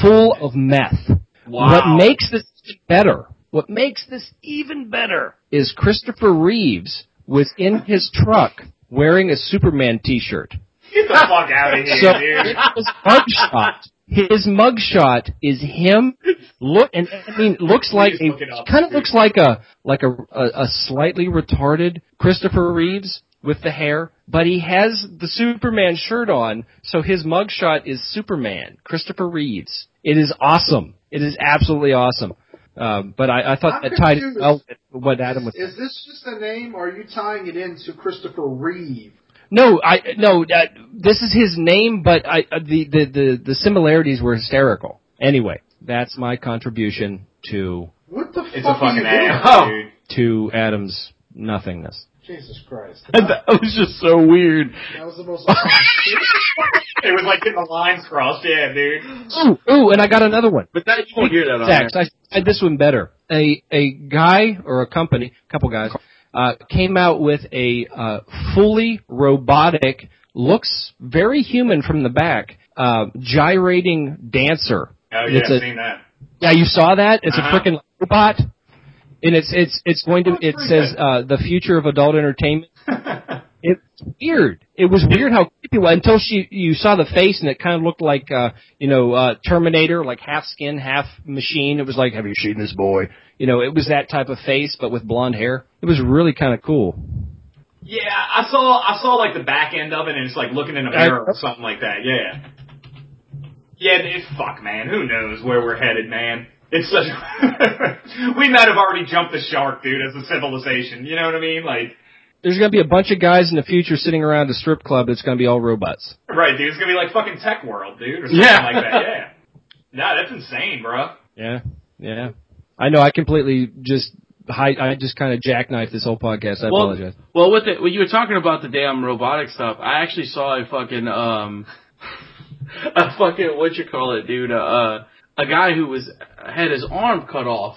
S5: full of meth.
S3: Wow.
S5: What makes this better, what makes this even better, is Christopher Reeves was in his truck wearing a Superman t-shirt.
S2: Get the fuck out of
S5: So
S2: here, dude.
S5: his mugshot, his mugshot is him. Look, and I mean, looks like
S2: Please
S5: a
S2: look it up.
S5: kind of looks like a like a, a a slightly retarded Christopher Reeves with the hair, but he has the Superman shirt on, so his mugshot is Superman, Christopher Reeves. It is awesome. It is absolutely awesome. Um, but I, I thought
S4: I'm
S5: that tied
S4: confused.
S5: well with what Adam was.
S4: Is this just a name, or are you tying it into Christopher Reeve?
S5: No, I no. Uh, this is his name, but I uh, the, the the the similarities were hysterical. Anyway, that's my contribution to
S4: What the
S2: It's a
S4: fuck are
S2: fucking
S4: you doing?
S2: ass, dude.
S5: to Adam's nothingness.
S4: Jesus Christ!
S6: that was just so weird.
S4: That was the most.
S2: It was like getting the lines crossed. Yeah, dude.
S5: Ooh, ooh, and I got another one.
S3: But that you won't hear that on
S5: Zach,
S3: there.
S5: I said this one better. A a guy or a company, couple guys, uh, came out with a uh, fully robotic, looks very human from the back, uh, gyrating dancer.
S2: Oh yeah,
S5: It's
S2: I've
S5: a-
S2: seen that.
S5: Yeah, you saw that? It's
S2: Uh-huh.
S5: a frickin' robot. And it's it's it's going to it
S2: pretty
S5: says
S2: good.
S5: uh the future of adult entertainment. It's weird. It was weird how creepy it was until she you saw the face and it kind of looked like uh you know uh Terminator like half skin half machine. It was like have you seen this boy? You know it was that type of face but with blonde hair. It was really kind of cool.
S2: Yeah, I saw I saw like the back end of it, and it's like looking in a
S5: I-
S2: mirror or something like that. Yeah. Yeah, it, fuck, man. Who knows where we're headed, man? It's such. we might have already jumped the shark, dude, as a civilization. You know what I mean? Like,
S5: There's gonna be a bunch of guys in the future sitting around a strip club that's gonna be all robots.
S2: right, dude? It's gonna be like fucking tech world, dude, or something
S6: Yeah.
S2: like that. Yeah. Nah, that's insane, bro.
S5: Yeah, yeah. I know. I completely just hi- I just kind of jackknifed this whole podcast. I apologize.
S3: Well, with it, when you were talking about the damn robotic stuff, I actually saw a fucking um, a fucking what you call it, dude, uh, a guy who was had his arm cut off,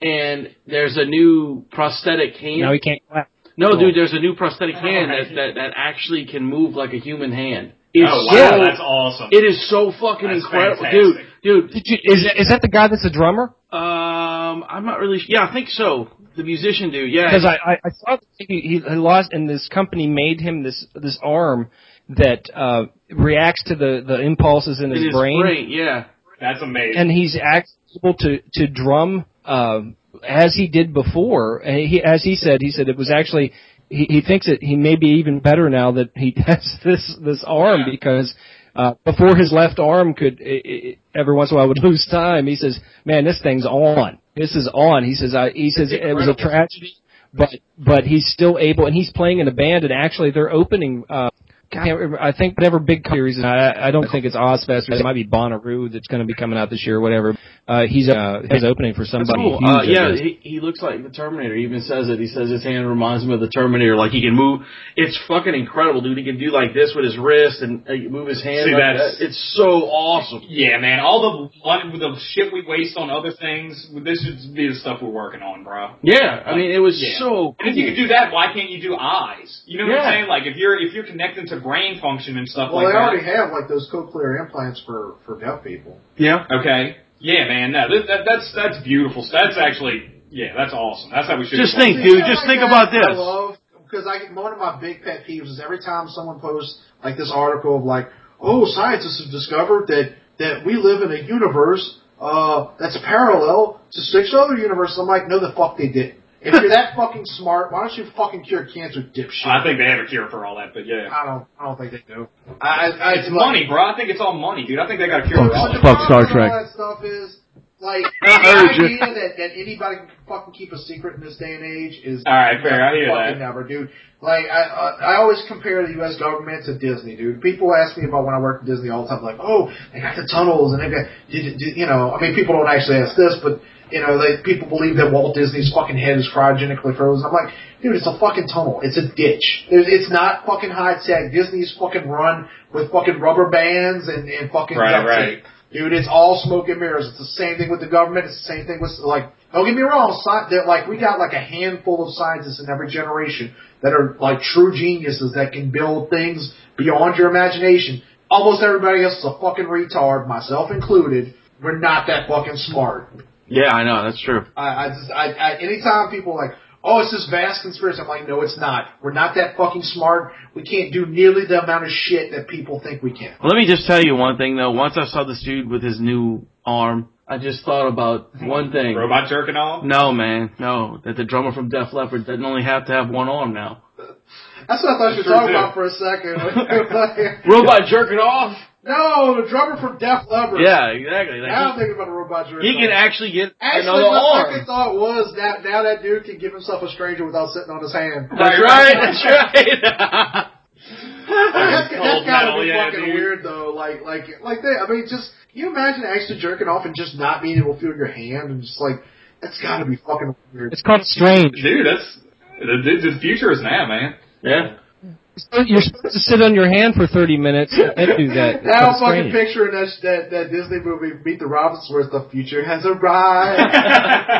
S3: and there's a new prosthetic hand.
S5: Now he can't clap.
S3: no, dude, there's a new prosthetic
S2: Oh,
S3: hand
S2: Alright.
S3: that, that that actually can move like a human hand. It's
S2: oh wow,
S3: so,
S2: that's awesome.
S3: it is so fucking
S2: That's
S3: incredible,
S2: fantastic.
S3: dude, dude.
S5: Did you, is is that the guy that's a drummer?
S3: Um, I'm not really. Yeah, I think so. The musician dude. Yeah,
S5: Because I, I I saw that he he he lost and this company made him this this arm that uh reacts to the the impulses in
S3: in
S5: his, brain,
S3: Yeah.
S2: That's amazing.
S5: and he's act- able to to drum um as he did before. And he as he said he said it was actually. He, he thinks that he may be even better now that he has this this arm
S2: Yeah.
S5: because uh, before his left arm could i i every once in a while would lose time. He says, "Man, this thing's on. This is on." He says, "I." He says, "It was a
S3: incredible.
S5: tragedy, but but he's still able, and he's playing in a band, and actually they're opening." Uh, God, I can't remember- I think whatever big series, and I, I don't think it's Ozfest. It might be Bonnaroo that's going to be coming out this year, or whatever. Uh, he's uh, he's opening for
S3: That's
S5: somebody.
S3: cool.
S5: huge,
S3: Uh,
S5: I
S3: yeah,
S5: guess.
S3: he, he looks like the Terminator. He even says it. He says his hand reminds him of the Terminator. Like he can move. It's fucking incredible, dude. He can do like this with his wrist and uh, move his hand.
S2: See,
S3: like
S2: that's-
S3: that. It's so awesome.
S2: Yeah, man. All the one, the shit we waste on other things. This should be the stuff we're working on, bro.
S3: Yeah, I mean, it was
S2: Yeah.
S3: so.
S2: And if you can do that, why can't you do eyes? You know what
S3: Yeah.
S2: I'm saying? Like if you're if you're connecting to brain function and stuff
S4: well,
S2: like
S4: they already
S2: that.
S4: have like those cochlear implants for for deaf people.
S3: Yeah.
S2: Okay. Yeah, man. No, that, that, that's that's beautiful. That's actually yeah, that's awesome. That's how we should.
S6: Just
S2: be
S6: think,
S2: working.
S6: dude. just think about this.
S4: Because I get one of my big pet peeves is every time someone posts like this article of like, oh, scientists have discovered that that we live in a universe uh, that's parallel to six other universes. I'm like, no, the fuck they didn't. If you're that fucking smart, why don't you fucking cure cancer, dipshit?
S2: I think they have a cure for all that, but yeah.
S4: I don't. I don't think they do. I, I,
S2: It's money, bro. I think it's all money, dude. I think they got a cure for all
S4: Well,
S2: that.
S4: the
S6: Fuck Star
S4: problem with
S6: Trek.
S4: All that stuff is like the
S6: I heard you.
S4: idea that, that anybody can fucking keep a secret in this day and age is
S2: All right, fair. I hear
S4: fucking
S2: that.
S4: never, dude. Like I, I, I always compare the U.S. government to Disney, dude. People ask me about when I worked at Disney all the time, like, oh, they got the tunnels and they got, you, you- you know, I mean, people don't actually ask this, but you know, they people believe that Walt Disney's fucking head is cryogenically frozen. I'm like, dude, it's a fucking tunnel. It's a ditch. There's, it's not fucking high tech. Disney's fucking run with fucking rubber bands and and fucking
S2: Right,
S4: duct
S2: right.
S4: tape. Dude, it's all smoke and mirrors. It's the same thing with the government. It's the same thing with like. Don't get me wrong. Sci- that like we got like a handful of scientists in every generation that are like true geniuses that can build things beyond your imagination. Almost everybody else is a fucking retard, myself included. We're not that fucking smart.
S3: Yeah, I know that's true.
S4: I, I just, I, I, anytime people are like, oh, it's this vast conspiracy, I'm like, no, it's not. We're not that fucking smart. We can't do nearly the amount of shit that people think we can.
S3: Let me just tell you one thing though. Once I saw this dude with his new arm, I just thought about one thing.
S2: Robot jerk and all.
S3: No, man, no. That the drummer from Def Leppard doesn't only have to have one arm now.
S4: That's what I thought you were
S2: Sure
S4: talking
S2: do.
S4: about for a second.
S3: Robot jerking off.
S4: no, the drummer from Def Leppard.
S3: Yeah, exactly. Like,
S4: Now I'm thinking about a robot jerk.
S3: he, he can actually get
S4: Actually,
S3: another
S4: my
S3: arm.
S4: fucking thought was that now that dude can give himself a stranger without sitting on his hand.
S3: That's right. That's right.
S4: That's, that's
S2: Cold
S4: gotta
S2: metal,
S4: be
S2: yeah,
S4: fucking
S2: dude.
S4: weird though. Like, like, like that. I mean, just can you imagine actually jerking off and just not being able to feel your hand and just like that's gotta be fucking weird.
S5: It's called strange.
S2: Dude, that's the, the, the future is now, man.
S3: yeah.
S5: You're supposed to sit on your hand for 30 minutes and then do that. It's
S4: Now
S5: called
S4: I'm fucking
S5: strange.
S4: picturing that, that that Disney movie Meet the Robinsons where it's the future has arrived.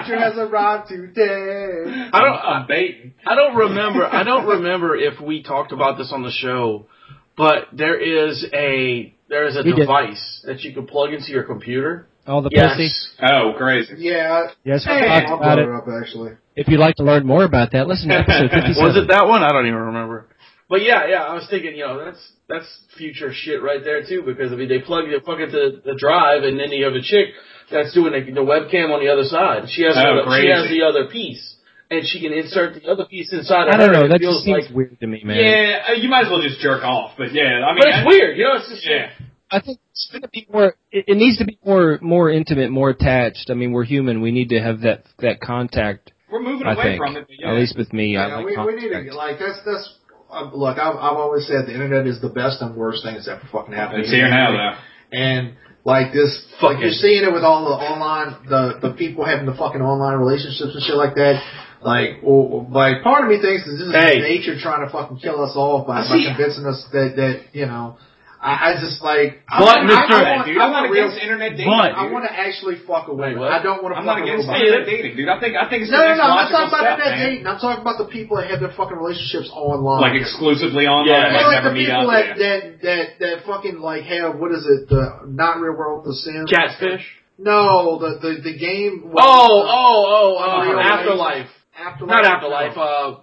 S4: future has arrived today.
S2: I don't. I'm baiting.
S3: I don't remember. I don't remember if we talked about this on the show, but there is a there is a
S5: We did.
S3: device that you can plug into your computer.
S5: All the
S3: Yes.
S5: pussy.
S2: Oh, crazy.
S4: Yeah,
S5: Yes, we
S2: Hey,
S5: talked
S4: I'll
S5: about
S4: blow
S5: it.
S4: it up actually.
S5: If you'd like to learn more about that, listen to episode 57.
S3: Was it that one? I don't even remember. But yeah, yeah, I was thinking, you know, that's that's future shit right there too, because I mean, they plug it plug into the drive, and then you have a chick that's doing the, the webcam on the other side. She
S2: Oh,
S3: has the other, she has
S2: crazy.
S3: the other piece, and she can insert the other piece inside.
S5: I
S3: of
S5: don't
S3: her.
S5: know.
S3: It
S5: That
S3: feels
S5: just seems
S3: like,
S5: weird to me, man.
S2: Yeah, uh, you might as well just jerk off. But yeah, I mean,
S3: but it's weird, you know. It's just
S2: yeah.
S5: I think it's going to be more. It, it needs to be more, more intimate, more attached. I mean, we're human. We need to have that that contact.
S2: We're moving
S5: I
S2: away
S5: think,
S2: from it. But yeah.
S5: at least with me, I
S4: Yeah,
S5: like
S4: we, we
S5: contact.
S4: need to like that's that's uh, look. I've, I've always said the internet is the best and worst thing that's ever fucking happened.
S2: it's here now,
S4: and like this, like you're seeing it with all the online, the the people having the fucking online relationships and shit like that. Like, well, like part of me thinks that this is
S3: Hey.
S4: nature trying to fucking kill us all by, by
S3: See-
S4: convincing us that that you know. I, I just like, I
S3: But,
S4: want- I,
S3: Mr.
S4: I,
S2: though.
S4: want,
S2: dude,
S4: I
S2: I'm
S4: want
S2: not
S4: real,
S2: against internet dating.
S3: But-
S4: I want to actually fuck a
S3: Wait,
S4: woman.
S3: what?
S4: I don't want to.
S2: I'm not against
S4: robot.
S2: internet dating, dude. I think I think it's
S4: No,
S2: the next
S4: no, no. I'm not
S2: logical
S4: talking about
S2: step,
S4: internet
S2: man.
S4: dating. I'm talking about the people that have their fucking relationships online.
S2: Like exclusively online,
S3: Yeah.
S2: like
S4: Well, like
S2: never
S4: the
S2: meet
S4: people
S2: up.
S4: that,
S2: yeah.
S4: that that that fucking like have what is it? The not real world, the Sims.
S3: catfish.
S4: No, the the the game.
S3: Oh, oh, oh,
S4: Unreal
S3: uh, Afterlife.
S4: afterlife.
S3: Not Afterlife. Uh,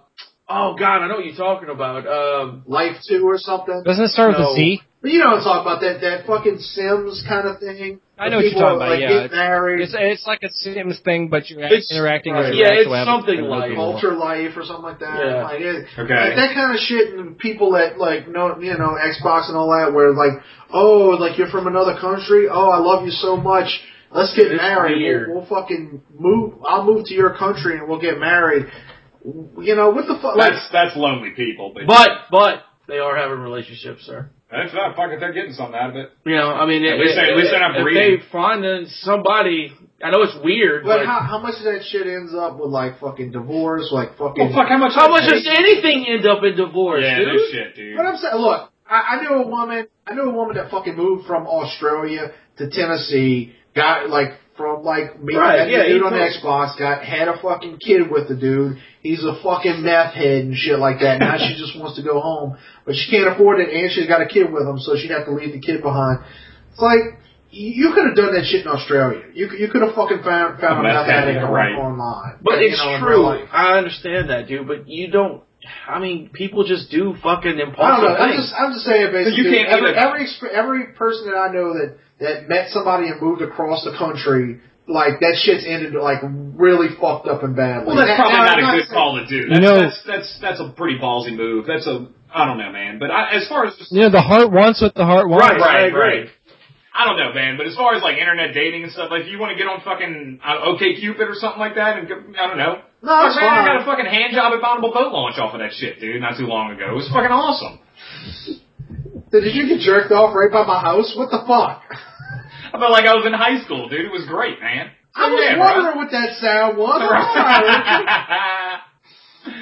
S3: oh, God, I know what you're talking about. Um,
S4: Life two or something.
S5: Doesn't it start with
S3: No.
S5: a Z?
S4: But you know what I'm talking about? That that fucking Sims kind of thing.
S5: I
S4: The
S5: know what you're
S4: people
S5: talking
S4: that,
S5: about,
S4: Like,
S5: yeah.
S4: get married.
S5: It's it's like a Sims thing, but you're
S3: It's-
S5: interacting as
S4: right.
S5: your
S3: Yeah,
S5: actual
S3: it's
S5: avatar.
S3: something like
S4: Vulture Life or something like that.
S3: Yeah.
S4: Like, it,
S2: Okay.
S4: like that kind of shit and people that like know you know Xbox and all that where like oh like you're from another country oh I love you so much let's get
S3: It's
S4: married
S3: weird.
S4: We'll, we'll fucking move I'll move to your country and we'll get married you know what the fuck like
S2: That's that's lonely people. But,
S3: but, but, they are having relationships, sir.
S2: that's not fucking. They're getting something out of it.
S3: You know, I mean,
S2: At
S3: it-
S2: least they- at least they're not
S3: if
S2: breeding.
S3: they find then somebody, I know it's weird,
S4: but
S3: but,
S4: how how much of that shit ends up with like fucking divorce like fucking
S2: Well, fuck. How much?
S3: how much does anything end up in divorce,
S2: Yeah,
S3: dude?
S2: this shit, dude.
S4: But I'm saying, look, I, I knew a woman. I knew a woman that fucking moved from Australia to Tennessee. Got like from like meeting
S3: Right,
S4: that
S3: yeah,
S4: dude
S3: he
S4: on
S3: told-
S4: Xbox. Got had a fucking kid with the dude. He's a fucking meth head and shit like that. Now she just wants to go home, but she can't afford it, and she's got a kid with him, so she'd have to leave the kid behind. It's like. You could have done that shit in Australia. You could- you could have fucking found found
S2: A meth
S4: another addict
S2: addict,
S4: on-
S2: right.
S4: online.
S3: But
S4: you
S3: it's
S4: know, in real
S3: true.
S4: life.
S3: I understand that, dude, but you don't, I mean, people just do fucking
S4: I don't know.
S3: impulsive
S4: I'm
S3: things.
S4: just, I'm just saying, basically,
S2: you can't
S4: every,
S2: do that.
S4: every exp- every person that I know that that met somebody and moved across the country, like that shit's ended like really fucked up and badly.
S2: Well, that's
S4: Now-
S2: probably
S4: now,
S2: not
S4: I'm
S2: a good
S4: saying-
S2: call to do. That's,
S5: know-
S2: that's that's that's a pretty ballsy move. That's a I don't know, man. But I, as far as
S5: You know, the heart wants what the heart wants.
S3: Right, I
S2: Right,
S3: agree.
S2: right. I don't know, man. But as far as like internet dating and stuff, like if you want to get on fucking uh, OKCupid or something like that, and go, I don't know.
S4: No,
S2: Fuck,
S4: it's
S2: man, I
S4: fine.
S2: got a fucking hand job at Bonneville Boat Launch off of that shit, dude. Not too long ago, it was fucking awesome.
S4: Did you get jerked off right by my house? What the fuck?
S2: I felt like I was in high school, dude. It was great, man.
S4: I was
S2: Yeah, bro.
S4: wondering what that sound was. I'm sorry.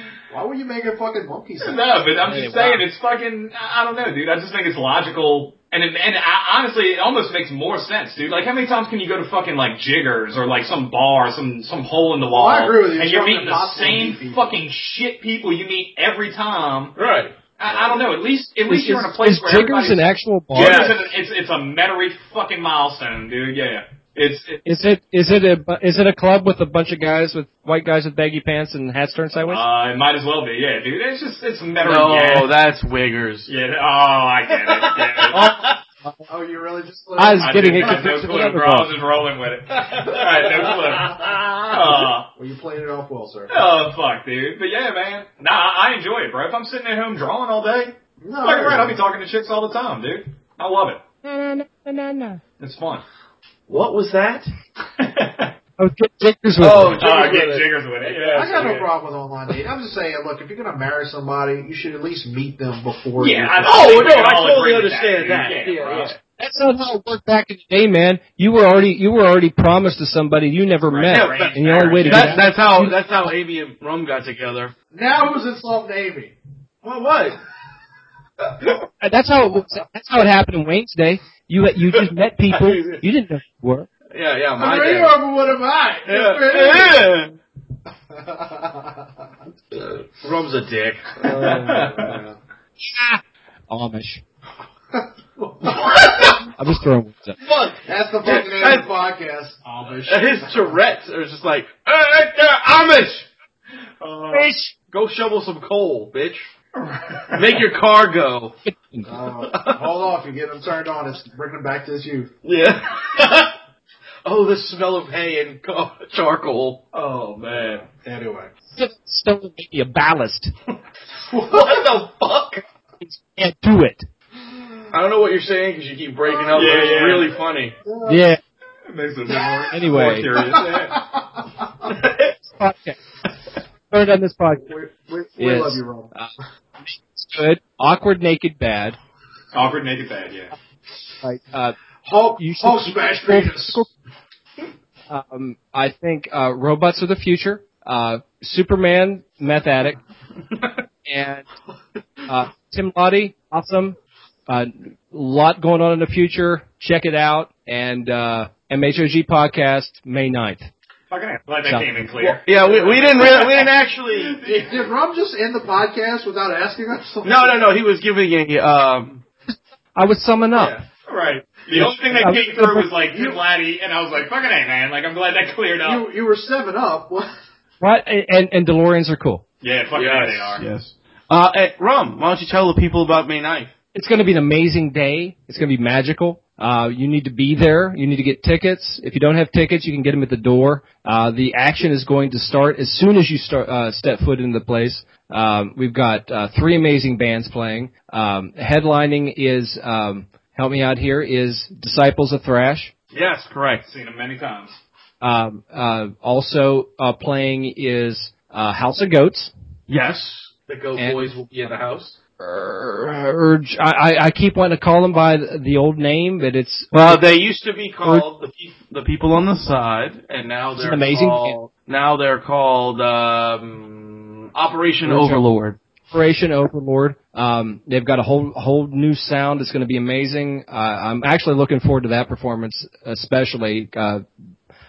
S4: Why were you making fucking monkey sound?
S2: no, but I'm just
S5: Hey, wow.
S2: saying it's fucking. I I don't know, dude. I just think it's logical And it, and I, honestly, it almost makes more sense, dude. Like, how many times can you go to fucking like Jiggers or like some bar, some some hole in the wall,
S4: I agree with you.
S2: and
S4: It's
S2: you're
S4: fucking
S2: meeting the
S4: impossible to
S2: same
S4: meet people.
S2: fucking shit people you meet every time?
S3: Right.
S2: I, I don't know. At least at least
S5: Is-
S2: you're in a place
S5: is
S2: where
S5: Jiggers an
S2: everybody's-
S5: actual bar?
S2: Jiggers is an- it's it's a metery fucking milestone, dude. Yeah, it's it,
S5: Is it is it a bu- is it a club with a bunch of guys with white guys with baggy pants and hats turned sideways?
S2: uh, it might as well be. Yeah, dude. It's just it's metery.
S6: No,
S2: yeah.
S6: that's Wiggers.
S2: yeah. Oh, I get it. Yeah.
S4: Oh, you really just.
S5: I was
S2: I
S5: getting
S2: did,
S5: it
S2: I had no
S5: confused.
S2: clue, bro. I was just rolling with it. All right, no clue. Uh,
S4: Well, you played it off well, sir.
S2: Oh fuck, dude. But yeah, man. Nah, I I enjoy it, bro. If I'm sitting at home drawing all day,
S4: No,
S2: fucking right, I'll be talking to chicks all the time, dude. I love it. It's fun.
S3: What was that?
S5: I was getting jiggers with
S3: Oh,
S5: it.
S2: Oh, I get
S3: Jiggers with it.
S2: jiggers with it. Yeah,
S4: I got no
S2: yeah.
S4: problem with online dating. I'm just saying, look, if you're gonna marry somebody, you should at least meet them before.
S2: Yeah,
S4: you
S2: I
S3: Oh,
S2: think we
S3: no,
S2: can
S3: I
S2: all
S3: totally
S2: agree with
S3: understand that.
S2: dude.
S3: Yeah,
S2: bro.
S3: yeah.
S5: That's not how it worked back in the day, man. You were already you were already promised to somebody you never
S2: Right,
S5: met,
S2: right.
S5: and the only way to
S2: That-
S5: get out-
S6: That's how that's how Amy and Rome got together.
S4: now who's in Salt Navy?
S3: What? What?
S5: Uh, that's how it was, that's how it happened in Wayne's day. You you just met people you didn't know who were.
S3: Yeah, yeah, my
S4: Three
S3: dad.
S4: over what am I?
S3: Yeah. Yeah.
S4: Yeah.
S6: Rome's a dick.
S5: Amish. I'm just throwing words up.
S3: Fuck.
S4: That's the fucking name of the podcast. Amish.
S3: His Tourette's are just like, "Uh, uh, uh, Amish,
S2: Oh.
S5: Bitch.
S3: go shovel some coal, bitch. Make your car go.
S4: Oh, hold off, you get them turned on. It's bringing them back to his youth.
S3: Yeah. oh, the smell of hay and co- charcoal.
S2: Oh man.
S4: Anyway.
S5: Stone made me a ballast.
S3: What the fuck?
S5: Can't do it.
S3: I don't know what you're saying because you keep breaking up.
S2: Yeah,
S3: but it's
S2: yeah.
S3: really funny.
S5: Yeah.
S2: It makes it a bit more- more
S5: Anyway,
S2: curious. Yeah.
S5: podcast. Third on this podcast.
S4: We, we, we
S5: Yes.
S4: love you, Rob.
S5: It's good. Awkward, naked, bad.
S2: Awkward naked bad. Yeah.
S5: Like, uh,
S4: Hulk,
S5: You should-
S4: Hulk smash penis.
S5: um, I think uh, robots are the future. Uh, Superman, meth addict, and uh, Tim Lottie, awesome. A uh, lot going on in the future. Check it out. And uh, MHOG podcast May 9th.
S2: Fucking hell. Glad that
S5: Yeah.
S2: came in clear.
S3: Yeah, we, we didn't re- we didn't actually.
S4: Did Rob just end the podcast without asking us?
S3: No, no, no. He was giving a um.
S5: I would summing up.
S3: Yeah.
S2: Right. The only thing that came through was like Tim Laddie, and I was like, "Fucking hey, man! Like, I'm glad that cleared up."
S4: You, you were seven up. What?
S5: What? And and DeLoreans are cool.
S2: Yeah, fucking
S3: Yes.
S2: yeah, they are.
S3: Yes. Uh, hey, Rum, why don't you tell the people about May 9th?
S5: It's going to be an amazing day. It's going to be magical. Uh, you need to be there. You need to get tickets. If you don't have tickets, you can get them at the door. Uh, the action is going to start as soon as you start uh, step foot into the place. Um, we've got uh, three amazing bands playing. Um, headlining is um, help me out here is Disciples of Thrash.
S3: Yes, correct.
S2: Seen them many times.
S5: Um, uh, also uh, playing is uh, House of Goats.
S3: Yes. The Go
S5: And-
S3: Boys will be in the house.
S5: Urge. I, I- I keep wanting to call them by the the old name, but it's
S3: Well, Uh, they used to be called the peop- the people on the side, and now
S5: Isn't
S3: they're
S5: it amazing?
S3: called now they're called um, Operation Overlord.
S5: Operation Overlord. Um, they've got a whole whole new sound. It's going to be amazing. Uh, I'm actually looking forward to that performance, especially. Uh,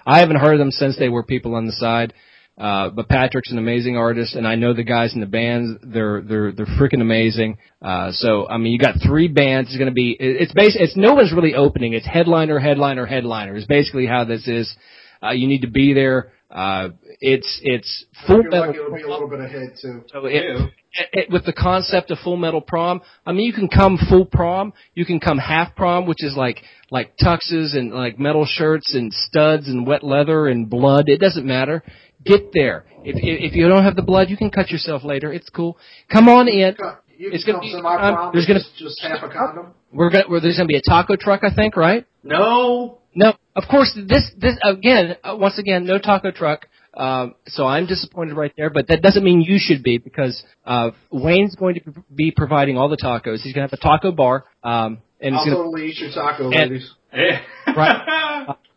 S5: I haven't heard them since they were people on the side. Uh, but Patrick's an amazing artist, and I know the guys in the bands. They're they're they're freaking amazing. Uh, so I mean, you got three bands. It's going to be it- it's basic. It's no one's really opening. It's headliner, headliner, headliner. Is basically how this is. Uh, you need to be there. Uh, it's it's full
S4: You're
S5: metal.
S4: lucky it'll be a little bit ahead too.
S5: So it,
S2: Ew.
S5: it- it- with the concept of Full Metal Prom, I mean, you can come full prom, you can come half prom, which is like like tuxes and like metal shirts and studs and wet leather and blood. It doesn't matter. Get there. If if, if you don't have the blood, you can cut yourself later. It's cool. Come on in.
S4: You
S5: It's
S4: can
S5: gonna
S4: come
S5: be-
S4: to my
S5: um,
S4: prom
S5: there's
S4: with
S5: gonna-
S4: just, just half a condom.
S5: We're gonna we're, there's gonna be a taco truck, I think, right?
S3: No,
S5: No, of course. This this again, uh, once again, no taco truck. Um, so I'm disappointed right there, but that doesn't mean you should be because uh, Wayne's going to be providing all the tacos. He's going to have a taco bar, um, and it's
S4: I'll
S5: gonna,
S4: totally eat your taco,
S5: And-
S4: ladies.
S2: Yeah.
S5: Right.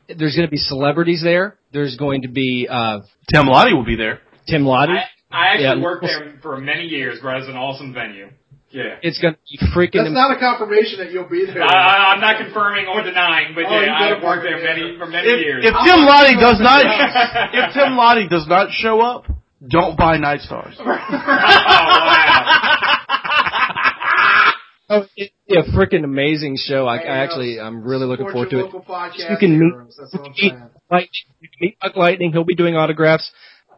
S5: there's going to be celebrities there. There's going to be uh,
S3: Tim Lottie will be there.
S5: Tim Lottie.
S2: I, I actually
S5: Yeah.
S2: worked there for many years, bro. It's an awesome venue. Yeah.
S5: It's going to be freaking.
S4: That's not a confirmation that you'll be there.
S2: I, I, I'm not confirming or denying, but
S4: Oh, you
S2: yeah,
S4: better
S2: I've worked there
S4: work there.
S2: many for many years.
S3: If, if Tim Lottie does not, if Tim Lottie does not show up, don't buy Night Stars.
S2: Oh, wow.
S5: oh, it, yeah, freaking amazing show. I,
S4: Hey,
S5: I
S4: uh,
S5: actually, I'm really looking
S4: Support
S5: forward to
S4: your
S5: it.
S4: local podcast
S5: You can meet-
S4: heroes, That's what I'm
S5: meet
S4: saying.
S5: Lightning. You can meet Buck Lightning. He'll be doing autographs.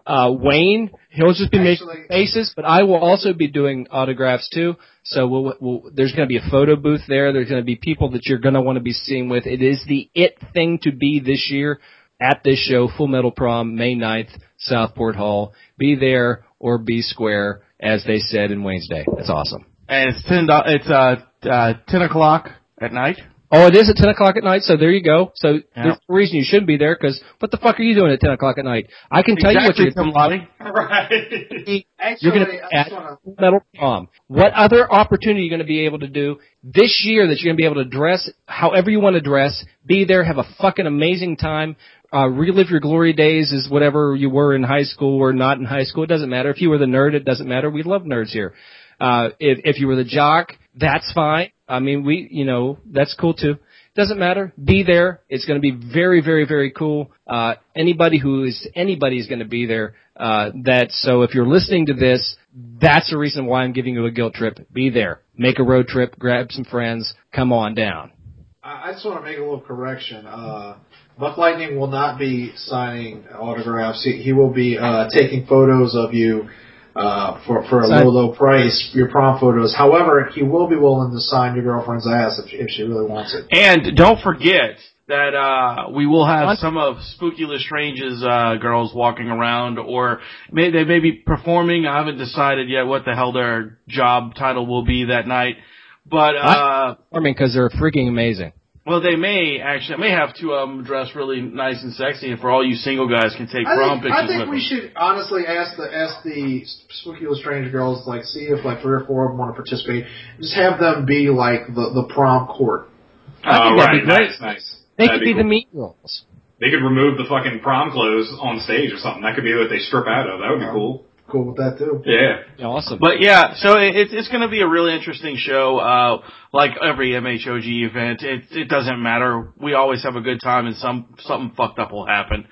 S5: Uh, Wayne, he'll just be
S4: Actually-
S5: making faces, but I will also be doing autographs too. So we'll, we'll, there's going to be a photo booth there. There's going to be people that you're going to want to be seeing with. It is the it thing to be this year at this show, Full Metal Prom, May 9th, Southport Hall. Be there or be square, as they said in Wayne's Day. That's awesome.
S3: And it's ten. do- It's uh, uh ten o'clock at night.
S5: Oh, it is at 10 o'clock at night, so there you go. So
S3: Yeah.
S5: there's no reason you shouldn't be there, because what the fuck are you doing at 10 o'clock at night? I can tell you what
S3: Exactly,
S5: you're
S3: Tim Lottie.
S2: right.
S4: Actually,
S5: You're going to be
S4: I
S5: at
S4: just want to.
S5: metal prom. What other opportunity are you going to be able to do this year that you're going to be able to dress however you want to dress, be there, have a fucking amazing time, uh, relive your glory days as whatever you were in high school or not in high school. It doesn't matter. If you were the nerd, it doesn't matter. We love nerds here. Uh, if, if you were the jock, that's fine. I mean, we, you know, that's cool too. Doesn't matter. Be there. It's going to be very, very, very cool. Uh, anybody who is anybody is going to be there. Uh, that so if you're listening to this, that's the reason why I'm giving you a guilt trip. Be there. Make a road trip. Grab some friends. Come on down.
S4: I I just want to make a little correction. Uh, Buck Lightning will not be signing autographs. He, he will be uh, taking photos of you uh, for for a
S5: Sign-
S4: low low price. Your prom photos. However, he will be willing to sign your girlfriend's ass if, if she really wants it.
S3: And don't forget that uh, we will have
S5: What?
S3: some of Spooky Lestrange's uh, girls walking around, or may, they may be performing. I haven't decided yet what the hell their job title will be that night. But uh,
S5: I mean, because they're freaking amazing.
S3: well, they may actually may have to um, dress really nice and sexy, and for all you single guys, can take
S4: I
S3: prom
S4: think, I
S3: pictures
S4: think
S3: with
S4: we
S3: them.
S4: should honestly ask the ask the spooky little strange girls like see if like three or four of them want to participate. Just have them be like the the prom court.
S5: I think
S2: Oh,
S5: that'd
S2: right.
S5: be great.
S2: Nice, nice.
S5: They
S2: That'd
S5: could be, the
S2: cool.
S5: meat girls.
S2: They could remove the fucking prom clothes on stage or something. That could be what they strip out of. That would be cool.
S4: Cool with that too.
S2: Yeah.
S5: Awesome.
S3: But yeah, so it, it's it's going to be a really interesting show. Uh, like every MHOG event, it it doesn't matter. We always have a good time, and some something fucked up will happen.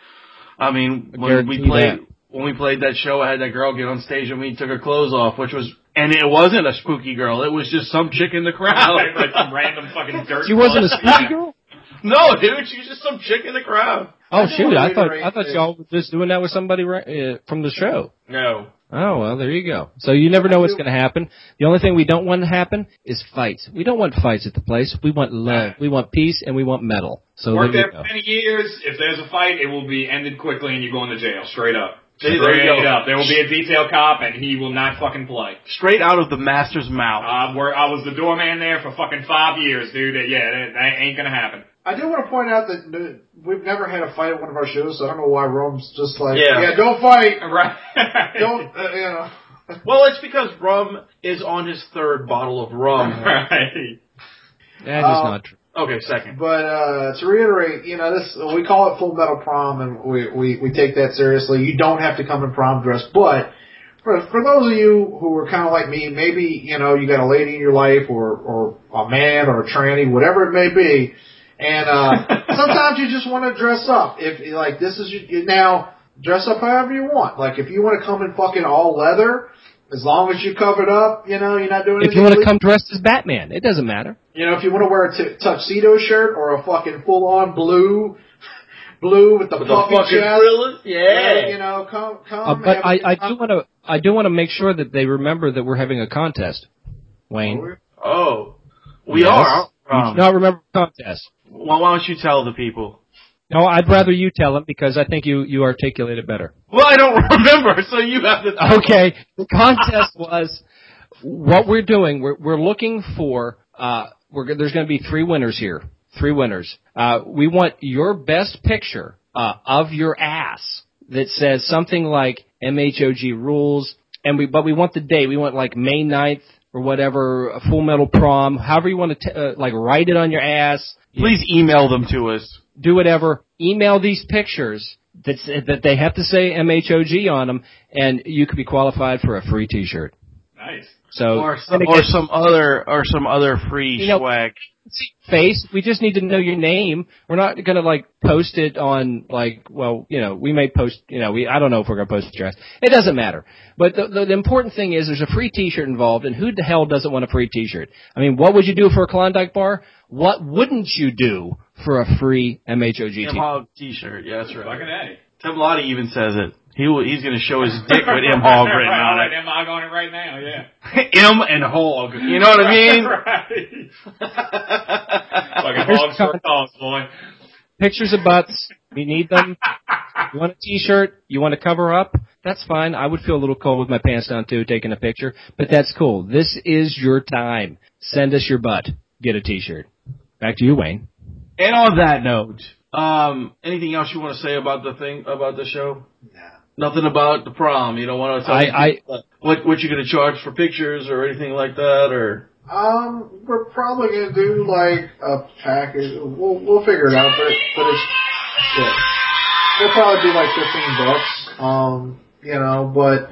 S3: I mean, when
S5: Guarantee
S3: we played
S5: that.
S3: when we played that show, I had that girl get on stage and we took her clothes off, which was and it wasn't a spooky girl. It was just some chick in the
S2: Like, like
S3: crowd.
S2: some random fucking dirt.
S5: she wasn't a
S2: bus.
S5: spooky girl.
S3: no, dude, she was just some chick in the crowd.
S5: Oh
S4: just
S5: shoot!
S4: wanna
S5: I thought
S4: reiterate
S5: I thought
S4: that-
S5: y'all were just doing that with somebody right, uh, from the show.
S3: No,
S5: Oh well, there you go. So you never know what's going to happen. The only thing we don't want to happen is fights. We don't want fights at the place. We want love. We want peace, and we want metal. So
S2: Worked
S5: there
S2: there
S5: you
S2: for
S5: go.
S2: many years. If there's a fight, it will be ended quickly and you go into jail. Straight up.
S3: There you go.
S2: Straight up. There will be a detail cop and he will not fucking play.
S3: straight out of the master's mouth.
S2: Uh, where I was the doorman there for fucking five years, dude. Yeah, that, that ain't gonna happen.
S4: I do want to point out that n- we've never had a fight at one of our shows, so I don't know why Rome's just like,
S3: Yeah.
S4: yeah, don't fight,
S2: Right.
S4: don't, uh, you know.
S3: Well, it's because rum is on his third bottle of rum.
S2: Right.
S5: That is
S4: Uh,
S5: not true.
S3: Okay, second.
S4: But uh, to reiterate, you know, this we call it Full Metal Prom, and we, we, we take that seriously. You don't have to come in prom dress, but for, for those of you who are kind of like me, maybe you know you got a lady in your life, or or a man, or a tranny, whatever it may be, and uh, sometimes you just want to dress up. If like this is your, you- now, dress up however you want. Like if you want to come in fucking all leather, as long as you covered up, you know, you're not doing.
S5: If you
S4: anything
S5: want to
S4: illegal.
S5: come dressed as Batman, it doesn't matter.
S4: You know, if you want to wear a t- tuxedo shirt or a fucking full on blue, blue with the
S3: With the
S4: fucking,
S3: fucking
S4: chest, uh,
S3: thrillers, yeah.
S4: you know, come, come.
S5: Uh, but
S4: have
S5: I,
S4: a-
S5: I do want to I do want to make sure that they remember that we're having a contest. Wayne,
S3: Oh, we
S5: Yes.
S3: are.
S5: you
S4: Oh,
S3: Um,
S5: do not remember the contest.
S3: why why don't you tell the people?
S5: No, I'd rather you tell them because I think you you articulate it better.
S3: Well, I don't remember, so you have to.
S5: Okay. The contest was what we're doing. We're, we're looking for. Uh, we're, go- there's going to be three winners here. Three winners. Uh, we want your best picture uh, of your ass that says something like MHOG rules, and we but we want the day. We want like May 9th or whatever, a Full Metal Prom, however you want to t- uh, like write it on your ass
S3: Please email them to us.
S5: do whatever, email these pictures that that they have to say MHOG on them, and you could be qualified for a free T-shirt.
S2: Nice.
S5: So
S3: or
S5: and
S3: some,
S5: again,
S3: or some other or some other free
S5: You know-
S3: swag.
S5: face. We just need to know your name. We're not going to like post it on like, well, you know, we may post, you know, we, I don't know if we're going to post the dress. It doesn't matter. But the, the, the important thing is there's a free t-shirt involved and who the hell doesn't want a free t-shirt? I mean, what would you do for a Klondike bar? What wouldn't you do for a free MHOG
S3: Tim
S5: t-shirt?
S3: Hog T-shirt. Yeah, that's right.
S2: Fucking A.
S3: Tim Lottie even says it. He will, he's going to show his dick with M Hog
S2: right,
S3: written
S2: I'll
S3: on
S2: write
S3: it.
S2: M Hog on it right now, yeah.
S3: M and Hog. You know what I mean?
S2: right. Fucking hogs for hogs, boy.
S5: Pictures of butts. We need them. You want a t-shirt? You want to cover up? That's fine. I would feel a little cold with my pants down too, taking a picture, but that's cool. This is your time. Send us your butt. Get a t-shirt. Back to you, Wayne.
S3: And on that note, um, anything else you want to say about the thing about the show? Nothing about the prom. You don't want to tell
S5: I-
S3: me
S5: I-
S3: what what you're going to charge for pictures or anything like that, or
S4: Um, we're probably gonna do like a package. We'll we'll figure it out, but but it's yeah. it'll probably be like fifteen bucks. Um, you know, but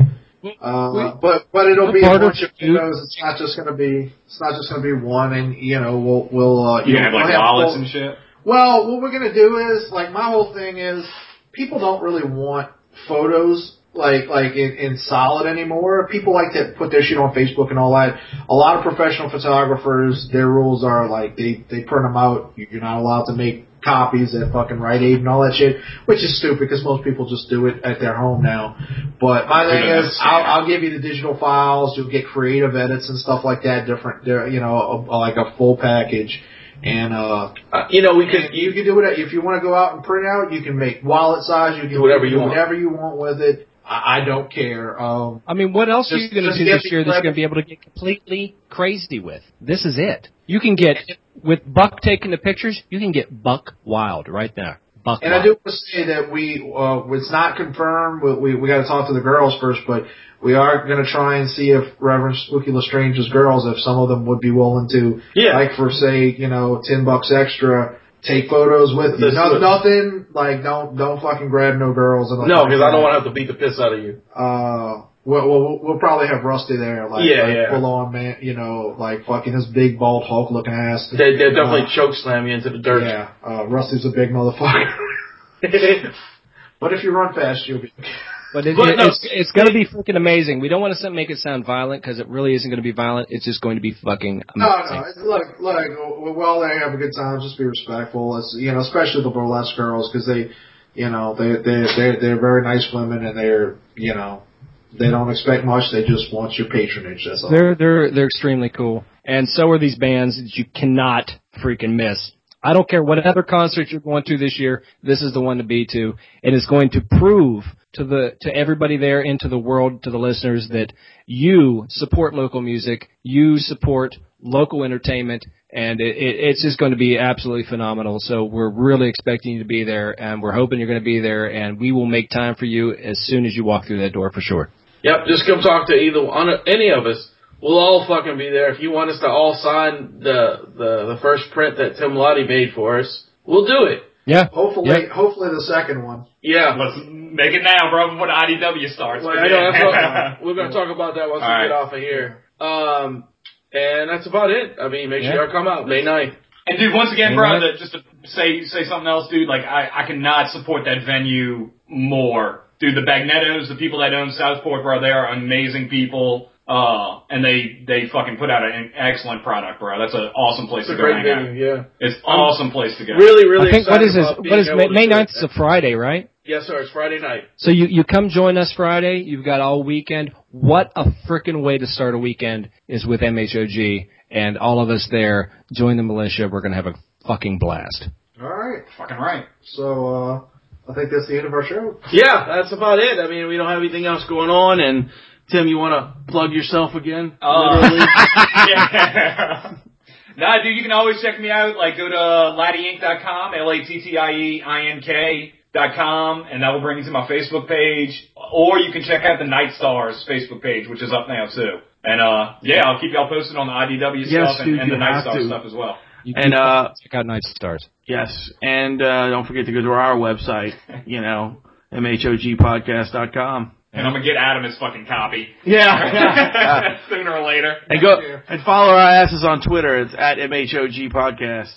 S4: uh, but but it'll
S5: What
S4: be a
S5: part
S4: bunch
S5: of
S4: of
S5: you-
S4: photos. It's not just gonna be it's not just gonna be one, and you know we'll we'll uh,
S2: You gonna have
S4: we'll
S2: like wallets
S4: full-
S2: and shit?
S4: well, what we're gonna do is like my whole thing is people don't really want photos like like in, in solid anymore. People like to put their shit on Facebook and all that. A lot of professional photographers, their rules are like they they print them out. You're not allowed to make copies at fucking Rite Aid and all that shit, which is stupid because most people just do it at their home now. But my thing
S2: Yeah.
S4: is, I'll, I'll give you the digital files. You'll get creative edits and stuff like that. Different, you know, a, like a full package. And uh,
S3: uh, you know, we
S4: because
S3: could.
S4: you can do it if you want to go out and print out. You can make wallet size. You can
S3: Do whatever you want.
S4: Whatever you want with it. I, I don't care. Um,
S5: I mean, what else are
S4: Just-
S5: you going to
S4: just
S5: do
S4: get
S5: this
S4: the
S5: year that you're
S4: clip.
S5: going to be able to get completely crazy with? This is it. You can get with Buck taking the pictures. You can get Buck Wild right there. Buck
S4: and
S5: Wild.
S4: I do want to say that we uh, it's not confirmed. We we, we got to talk to the girls first, but we are going to try and see if Reverend Spooky Lestrange's girls, if some of them would be willing to,
S3: Yeah.
S4: like for say, you know, ten bucks extra. Take photos with you.
S3: This
S4: No,
S3: is-
S4: nothing like don't don't fucking grab no girls and
S3: No, because I don't want to have to beat the piss out of you.
S4: uh, we'll, we'll, we'll probably have Rusty there, like,
S3: Yeah,
S4: like
S3: yeah.
S4: full on man, you know, like fucking his big bald Hulk looking ass.
S3: They they definitely
S4: Uh,
S3: choke slam you into the dirt.
S4: Yeah, uh, Rusty's a big motherfucker. but if you run fast, you'll be.
S5: But, it,
S3: But
S5: it-
S3: no,
S5: it's it's going to be fucking amazing. We don't want to make it sound violent because it really isn't going to be violent. It's just going to be fucking amazing.
S4: No, no, it's- look, look, we we all there have a good time. Just be respectful. It's, you know, especially the burlesque girls because they, you know, they they they're, they're very nice women and they're you know. They don't expect much. They just want your patronage. That's all.
S5: They're they're they're extremely cool, and so are these bands that you cannot freaking miss. I don't care what other concert you're going to this year. This is the one to be to, and it's going to prove to the to everybody there and to the world to the listeners that you support local music, you support local entertainment, and it, it, it's just going to be absolutely phenomenal. So we're really expecting you to be there, and we're hoping you're going to be there, and we will make time for you as soon as you walk through that door for sure.
S3: Yep, just come talk to either one, any of us. We'll all fucking be there. If you want us to all sign the the, the first print that Tim Lottie made for us, we'll do it.
S5: Yeah.
S4: Hopefully,
S5: Yeah.
S4: hopefully the second one.
S3: Yeah.
S2: Let's make it now, bro, before the IDW starts.
S3: Well,
S2: But
S3: I know, that's
S2: yeah.
S3: what- we're gonna talk about that once
S2: All
S3: we
S2: right.
S3: get off of here. Um, and that's about it. I mean, make sure
S5: Yeah.
S3: y'all come out May 9th.
S2: And dude, once again,
S5: You
S2: bro,
S5: know
S2: to, just to say say something else, dude. Like I, I cannot support that venue more, dude. The Bagnetos, the people that own Southport, bro, they are amazing people. Uh, and they they fucking put out an excellent product, bro. That's an awesome place
S3: It's a
S2: to go
S3: great
S2: hang out.
S3: venue. Yeah.
S2: It's an awesome place to go.
S3: Really, really.
S5: I think what
S3: excited
S5: is this?
S3: about being
S5: What is
S3: able
S5: May,
S3: to
S5: May
S3: do
S5: 9th
S3: that.
S5: is a Friday, right?
S3: Yes, sir. It's Friday night.
S5: So you you come join us Friday. You've got all weekend. What a freaking way to start a weekend is with MHOG and all of us there. Join the militia. We're gonna have a fucking blast.
S4: All right.
S2: Fucking right.
S4: So uh, I think that's the end of our show.
S3: Yeah, that's about it. I mean, we don't have anything else going on. And Tim, you want to plug yourself again?
S2: Uh,
S3: Literally.
S2: yeah. Nah, dude, you can always check me out. Like, go to lattieinc.com, E L-A-T-T-I-E-I-N-K dot com, and that will bring you to my Facebook page. Or you can check out the Night Stars Facebook page, which is up now too. And uh, yeah, I'll keep y'all posted on the IDW
S3: Yes,
S2: stuff
S3: dude,
S2: and, and the
S3: you
S2: Night
S3: have
S2: Star
S3: to.
S2: stuff as well.
S5: You
S3: And,
S5: you
S3: uh,
S5: check out Night Stars.
S3: Yes, and uh, don't forget to go to our website, you know, mhogpodcast.com.
S2: and I'm gonna get Adam his fucking copy
S3: Yeah.
S2: sooner or later.
S3: and go and follow our asses on Twitter. It's at MHOG Podcast.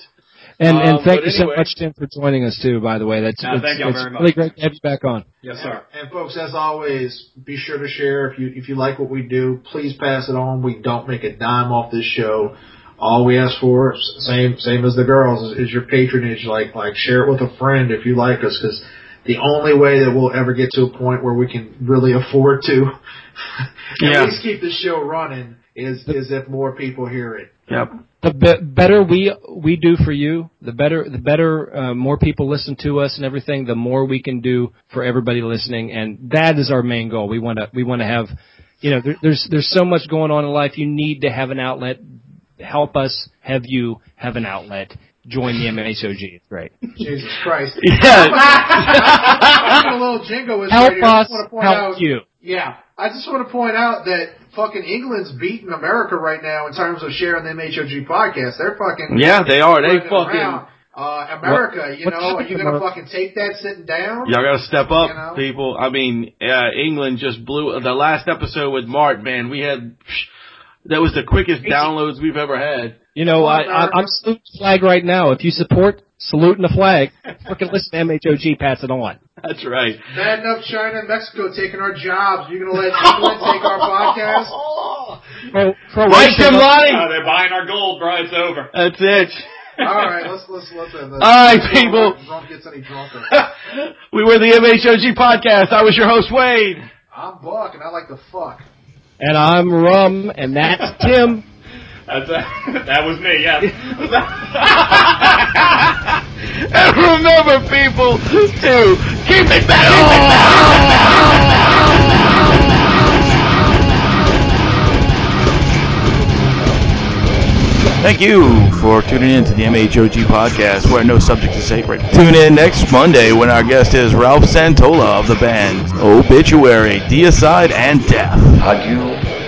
S5: And and
S3: Um,
S5: thank
S3: but
S5: you
S3: anyway.
S5: so much, Tim, for joining us too. By the way, that's
S2: No,
S5: it's,
S2: thank y'all
S5: it's
S2: very much.
S5: really great to have you back on.
S2: Yes, sir.
S4: And folks, as always, be sure to share if you if you like what we do. Please pass it on. We don't make a dime off this show. All we ask for, s- same same as the girls, is, is your patronage. Like like share it with a friend if you like us, because the only way that we'll ever get to a point where we can really afford to
S3: Yeah.
S4: at least keep the show running is is if more people hear it.
S3: Yep.
S5: The be- better we we do for you, the better the better uh, more people listen to us and everything. The more we can do for everybody listening, and that is our main goal. We want to we want to have, you know, there, there's there's so much going on in life. You need to have an outlet. Help us have you have an outlet. Join the MHOG. It's great.
S4: Jesus Christ!
S3: Yeah.
S4: Even a little jingo is
S5: Help
S4: radio. I just
S5: us
S4: wanna point out-
S5: help you.
S4: Yeah, I just want to point out that fucking England's beating America right now in terms of sharing the MHOG podcast. They're fucking
S3: yeah, they are. They
S4: running
S3: fucking.
S4: around. uh, America. you
S5: what
S4: know, are you gonna
S5: happened, Mark?
S4: fucking take that sitting down?
S3: Y'all gotta step up,
S4: You know?
S3: people. I mean, uh, England just blew the last episode with Mart. Man, we had that was the quickest downloads we've ever had.
S5: You know, I,
S4: Come on,
S5: I, I'm
S4: America.
S5: saluting the flag right now. If you support saluting the flag, fucking listen to MHOG. Pass it on.
S3: That's right.
S4: Bad enough China and Mexico taking our jobs. You're gonna let England take our podcast?
S5: Pro, pro
S3: Right, Tim
S2: Oh,
S3: Lonnie?
S2: they're buying our gold, bro. It's over.
S3: That's it.
S4: All right, let's let's let's. Uh, All
S3: right, people.
S4: Drunk gets any drunker.
S3: we were the MHOG podcast. I was your host, Wade.
S4: I'm Buck, and I like to fuck.
S5: And I'm Rum, and that's Tim.
S2: That's a, that was me. Yes.
S3: and remember, people, to keep it better. Keep it
S7: Thank you for tuning in to the MHOG podcast, where no subject is sacred. Tune in next Monday when our guest is Ralph Santola of the bands Obituary, Deicide, and Death.
S8: Adieu,